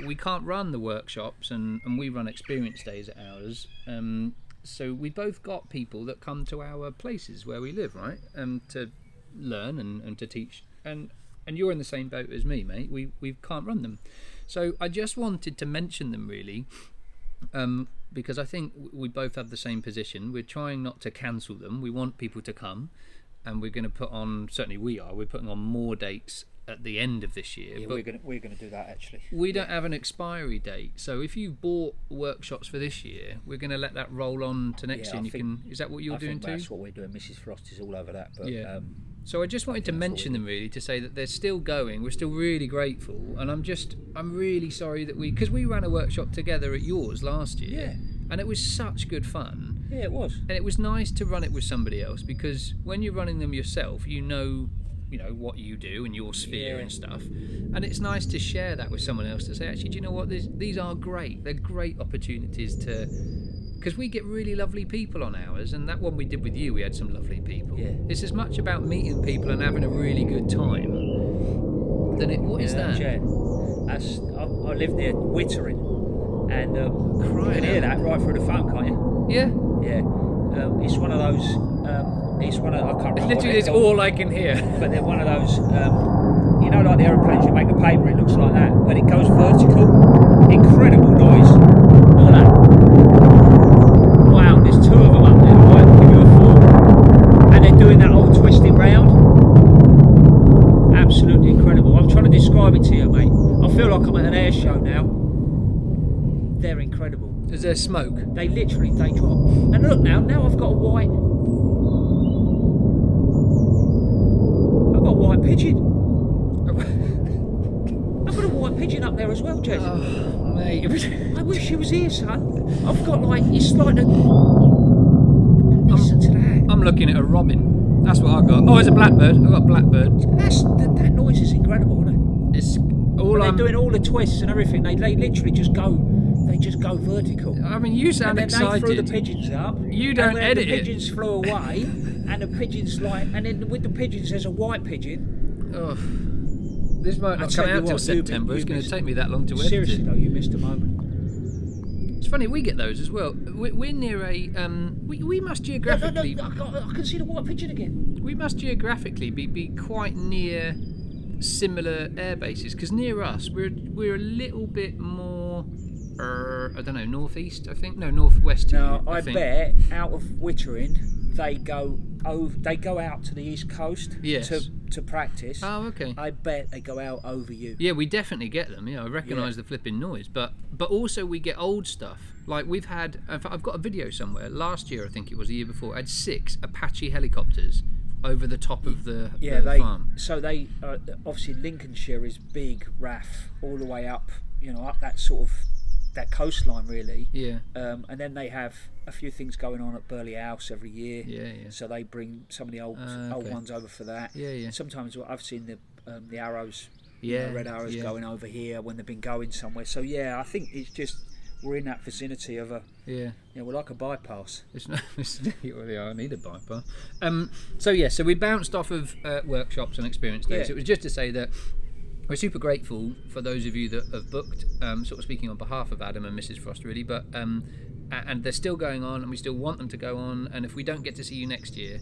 we can't run the workshops and, and we run experience days at ours. Um, so we both got people that come to our places where we live, right? Um, to learn and, and to teach. And and you're in the same boat as me, mate. We we can't run them. So I just wanted to mention them really um, because I think w- we both have the same position. We're trying not to cancel them. We want people to come, and we're going to put on. Certainly, we are. We're putting on more dates at the end of this year.
Yeah,
but
we're gonna we're gonna do that actually.
we don't have an expiry date, so if you bought workshops for this year, we're going to let that roll on to next year.
Yeah, I
And you
think-
can is that what you're
I
doing
think
too?
That's what we're doing. Mrs. Frost is all over that. But
Yeah.
um,
So I just wanted to mention them really to say that they're still going. We're still really grateful, and I'm just I'm really sorry that we because we ran a workshop together at yours last year,
Yeah.
and it was such good fun.
yeah, it was.
and it was nice to run it with somebody else because when you're running them yourself you know you know what you do and your sphere
Yeah.
and stuff and it's nice to share that with someone else to say actually do you know what These these are great they're great opportunities to because we get really lovely people on ours and that one we did with you we had some lovely people
Yeah.
it's as much about meeting people and having a really good time than it what is
yeah,
that
yeah. That's, I, I live near Wittering, and um, you can
out.
hear that right through the phone, can't you?
yeah
Yeah. Um, it's one of those. Um, it's one of I can't remember. what
literally
they're
it's
called,
all i can hear
But they're one of those um, You know, like the aeroplanes you make of paper, it looks like that. When it goes vertical, incredible noise. All that. Wow, there's two of them up there, right? Give you a four. And they're doing that old twisting round. Absolutely incredible. I'm trying to describe it to you, mate. I feel like I'm at an air show now. They're incredible.
Is there smoke?
They literally they drop. And look now, now I've got a white. I've got a white pigeon. I've got a white pigeon up there as well, Jez.
Oh, mate.
I wish he was here, son. I've got like it's like a. Listen to that.
I'm looking at a robin. That's what I got. Oh, it's a blackbird. I got a blackbird.
That's that, that noise is incredible, isn't it?
It's all
Well,
I'm.
they're doing all the twists and everything. They, they literally just go, they just go vertical.
I mean, you sound
and then
excited.
they threw the pigeons up.
You don't
and then
edit
the
it.
pigeons flew away, and the pigeons like, and then with the pigeons there's a white pigeon.
Ugh. Oh. This might
I'll
not
tell
come
you
out
what,
till
you mi-
September.
you
It's going to
missed-
take me that long to edit
Seriously
it.
though, you missed a moment.
It's funny we get those as well. We're, we're near a um, we, we must
No, no, no,
geographically
I, got, I can see the white pigeon again.
we must geographically be, be quite near similar air bases because near us we're we're a little bit more er, I don't know northeast I think no northwest.
Now
I,
I,
think.
bet out of Wittering, they go over, they go out to the east coast
Yes.
to to practice.
Oh okay.
I bet they go out over you.
Yeah, we definitely get them. Yeah, I recognise the flipping noise, but but also we get old stuff. Like we've had, in fact, I've got a video somewhere last year, I think it was a year before. I had six Apache helicopters over the top of the,
Yeah,
the
they.
farm.
So they uh, obviously Lincolnshire is big RAF all the way up, you know, up that sort of that coastline really.
Yeah,
Um, and then they have a few things going on at Burley House every year.
yeah, yeah.
So they bring some of the old
Ah,
old
okay.
ones over for that.
Yeah, yeah.
Sometimes what I've seen the um, the arrows, you know,
Yeah,
red arrows
yeah.
going over here when they've been going somewhere. So yeah, I think it's just we're in that vicinity of a
Yeah,
you know, we're like a bypass.
it's not. It's, well, yeah, I need a bypass. Um, so yeah, so we bounced off of uh, workshops and experience days.
Yeah.
It was just to say that we're super grateful for those of you that have booked. Um, sort of speaking on behalf of Adam and Mrs. Frost, really, but um, a- and they're still going on, and we still want them to go on. And if we don't get to see you next year.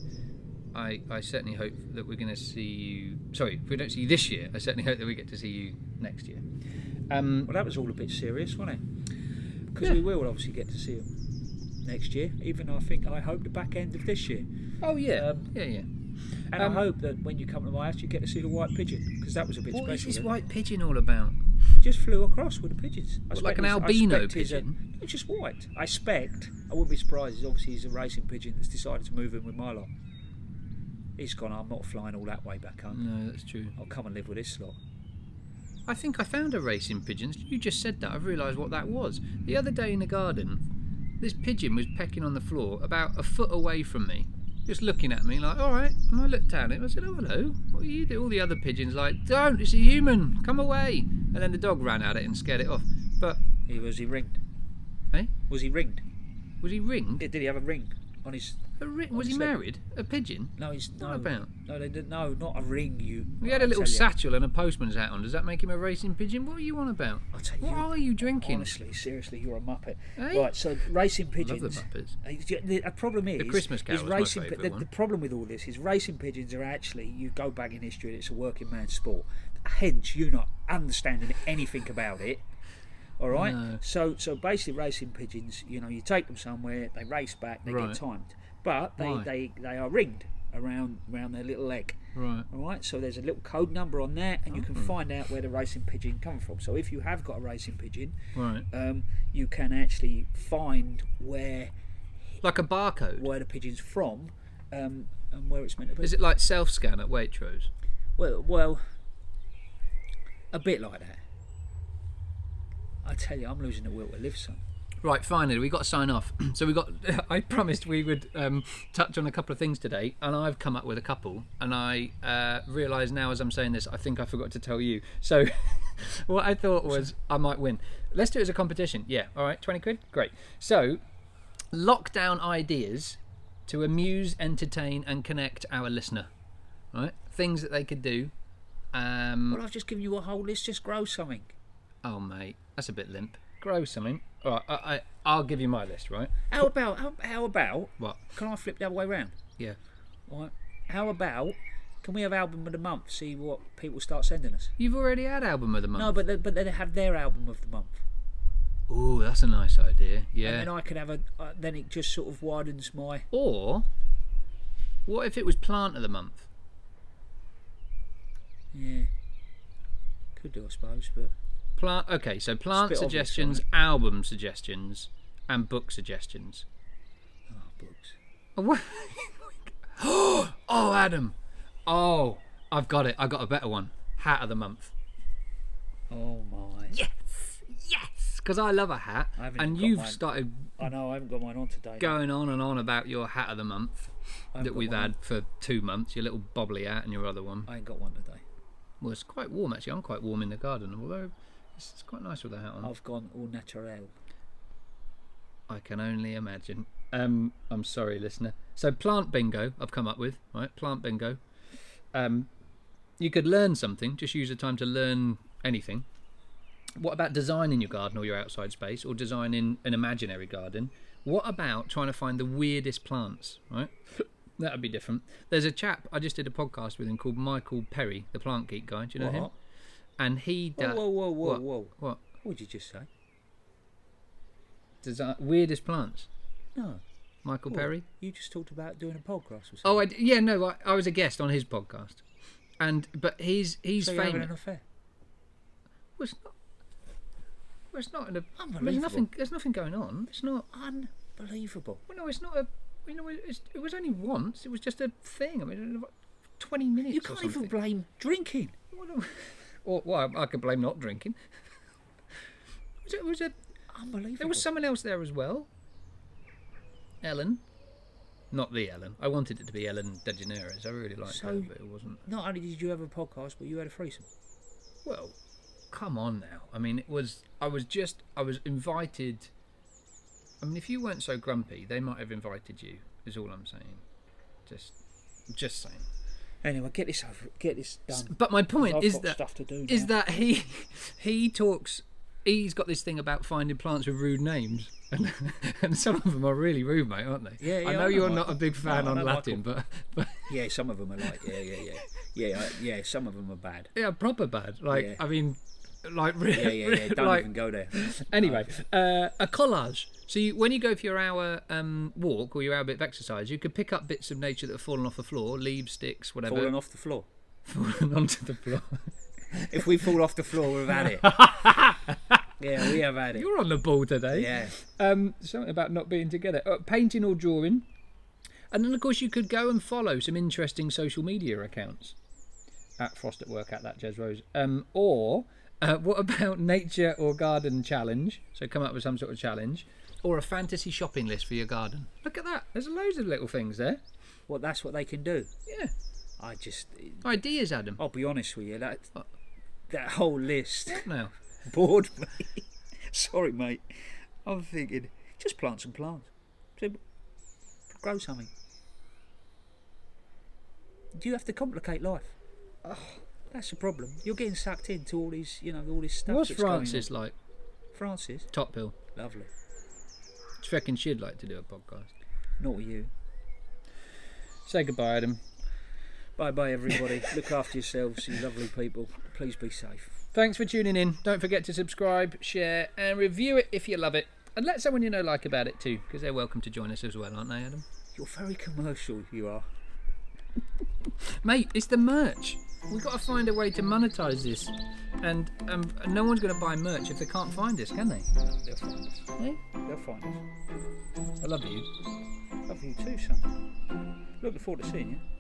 I, I certainly hope that we're going to see you. Sorry, if we don't see you this year, I certainly hope that we get to see you next year. Um,
Well, that was all a bit serious, wasn't it? Because we will obviously get to see them next year. Even I think I hope the back end of this year,
oh yeah,
Um,
yeah, yeah.
and
Um,
I hope that when you come to my house, you get to see the white pigeon because that was a bit
What is this
special. wasn't it?
white pigeon all about?
just flew across with the pigeons. I
What, like
suspect
an
he's- I
albino
suspect he's a-
pigeon?
no, just white. I expect. I wouldn't be surprised. He's obviously he's a racing pigeon that's decided to move in with my lot. He's gone. I'm not flying all that way back home.
No, that's true.
I'll come and live with this lot.
I think I found a race in pigeons. You just said that. I've realised what that was. The other day in the garden, this pigeon was pecking on the floor about a foot away from me, just looking at me like, all right. And I looked down at him. I said, oh, hello. What are you doing? All the other pigeons like, don't, it's a human. Come away. And then the dog ran at it and scared it off. But
He was he ringed?
Eh?
Was he ringed?
was he ringed?
Did did he have a ring on his?
A ri- was he
Obviously.
married? A pigeon?
No, he's no.
What about?
No, they didn't. No, not a ring. You.
We had a
I'll
little
tell you.
satchel and a postman's hat on. Does that make him a racing pigeon? What are you on about?
I'll tell
What
you.
are you drinking?
Honestly, seriously, you're a muppet.
Eh?
Right, so racing
I love the
pigeons.
Muppets.
Uh, The the- the problem is
Christmas Carol
is
is my
racing, pi-
favourite
the,
one.
the problem with all this is racing pigeons are actually you go back in history and it's a working man's sport. Hence, you not understanding anything about it. All right.
No.
So so basically, racing pigeons. You know, you take them somewhere, they race back, they
Right.
get timed, but they,
Why?
they they are ringed around around their little leg.
Right.
All right, so there's a little code number on there, and you
Oh.
can find out where the racing pigeon come from. So if you have got a racing pigeon,
Right.
um, you can actually find where
Like a barcode.
where the pigeon's from um, and where it's meant to be.
Is it like self scan at Waitrose?
Well, well, a bit like that. I tell you, I'm losing the will to live, son.
Right, finally, we got to sign off. so we got. I promised we would um, touch on a couple of things today, and I've come up with a couple. And I uh, realise now, as I'm saying this, I think I forgot to tell you. So, what I thought was I might win. Let's do it as a competition. Yeah. All right. Twenty quid. Great. So, lockdown ideas to amuse, entertain, and connect our listener. All right. Things that they could do. Um,
Well, I've just given you a whole list. Just grow something.
Oh mate, that's a bit limp. Grow something. All right, I, I I'll give you my list, right?
How about? How, how about?
What?
Can I flip the other way round?
Yeah.
Right. How about Can we have album of the month? See what people start sending us.
You've already had album of the month.
No, but they, but they have their album of the month,
Ooh, that's a nice idea. Yeah.
and then I could have a. Uh, then it just sort of widens my.
Or, what if it was plant of the month?
Yeah. Could do, I suppose, but
Plant. Okay, so plant
It's a bit obvious,
suggestions, album suggestions, and book suggestions.
oh, books.
Oh, what- oh, Adam. Oh, I've got it. I got a better one. Hat of the month.
Oh my!
Yes, yes. Because I love a hat,
I haven't
and
even got
you've
mine.
started
I know I haven't got mine on today.
going on and on about your hat of the month
I've
that
got
we've
mine.
had for two months. Your little bobbly hat and your other one.
I ain't got one today.
Well, it's quite warm actually. I'm quite warm in the garden, although it's it's quite nice with the hat on.
I've gone all natural.
I can only imagine. Um, I'm sorry, listener. So plant bingo, I've come up with right. Plant bingo. Um, you could learn something. Just use the time to learn anything. What about designing your garden or your outside space, or designing an imaginary garden? What about trying to find the weirdest plants? Right. That would be different. There's a chap I just did a podcast with him called Michael Perry, the plant geek guy. Do you know him?
What?
And he
Whoa,
does
whoa, whoa, whoa,
what?
whoa!
what
What did you just say?
design weirdest plants.
No.
Michael
What?
Perry.
You just talked about doing a podcast with
Oh,
someone.
I d yeah, no, I, I was a guest on his podcast, and but he's he's
so you're having
famous.
an affair.
Well, it's not. Well, it's not an. There's
Unbelievable.
nothing. There's nothing going on. It's not.
Unbelievable.
Well, no, it's not a. You know, it's, it was only once. It was just a thing. I mean, about twenty minutes.
You
or
can't even
something.
blame drinking.
Well, no- Or well, I could blame not drinking. It was a- it was a
Unbelievable.
There was someone else there as well. Ellen. Not the Ellen. I wanted it to be Ellen DeGeneres. I really liked
So-
her, but it wasn't.
Not only did you have a podcast, but you had a threesome.
Well, come on now. I mean, it was. I was just. I was invited. I mean, if you weren't so grumpy, they might have invited you. Is all I'm saying. Just, just saying.
Anyway, get this over. Get this done.
But my point
I've
is
got
that
stuff to do
is
now.
that he he talks. He's got this thing about finding plants with rude names, and, and some of them are really rude, mate, aren't they?
Yeah, yeah,
I
I
know
know
you're
Michael.
not a big fan
No, I
on
know
Latin, but but
Yeah, some of them are like, yeah, yeah, yeah, yeah, I- yeah. Some of them are bad.
yeah, proper bad. Like
Yeah.
I mean, like really,
Yeah, yeah, yeah. Don't
like,
even go there.
Anyway, uh, a collage. So you, when you go for your hour um, walk or your hour bit of exercise, you could pick up bits of nature that have fallen off the floor, leaves, sticks, whatever,
Falling off the floor.
fallen onto the floor.
If we fall off the floor, we've had it. yeah, we have had it.
You're on the ball today.
Yeah.
Um, something about not being together. Uh, painting or drawing. And then, of course, you could go and follow some interesting social media accounts. At Frost at Work, at that Jez Rose. Um, or uh, what about nature or garden challenge? So come up with some sort of challenge. Or a fantasy shopping list for your garden. Look at that. There's loads of little things there.
Well, that's what they can do.
Yeah.
I just,
Ideas, Adam.
I'll be honest with you. That that whole list
Now,
bored me. Sorry, mate. I'm thinking, just plant some plants. Simple. Grow something. Do you have to complicate life? That's the problem. You're getting sucked into all these, you know, all this stuff.
what's
that's going on.
Francis like?
Francis,
Top Bill.
lovely.
Do you reckon she'd like to do a podcast?
Not with you.
Say goodbye, Adam.
Bye bye, everybody. Look after yourselves, you lovely people. Please be safe.
Thanks for tuning in. Don't forget to subscribe, share, and review it if you love it. And let someone you know like about it too, because they're welcome to join us as well, aren't they, Adam?
You're very commercial, you are.
Mate, it's the merch. We've got to find a way to monetize this. And um, no one's going to buy merch if they can't find us, can they?
They'll find us.
Eh?
They'll find us.
I love you.
Love you too, son. Looking forward to seeing you.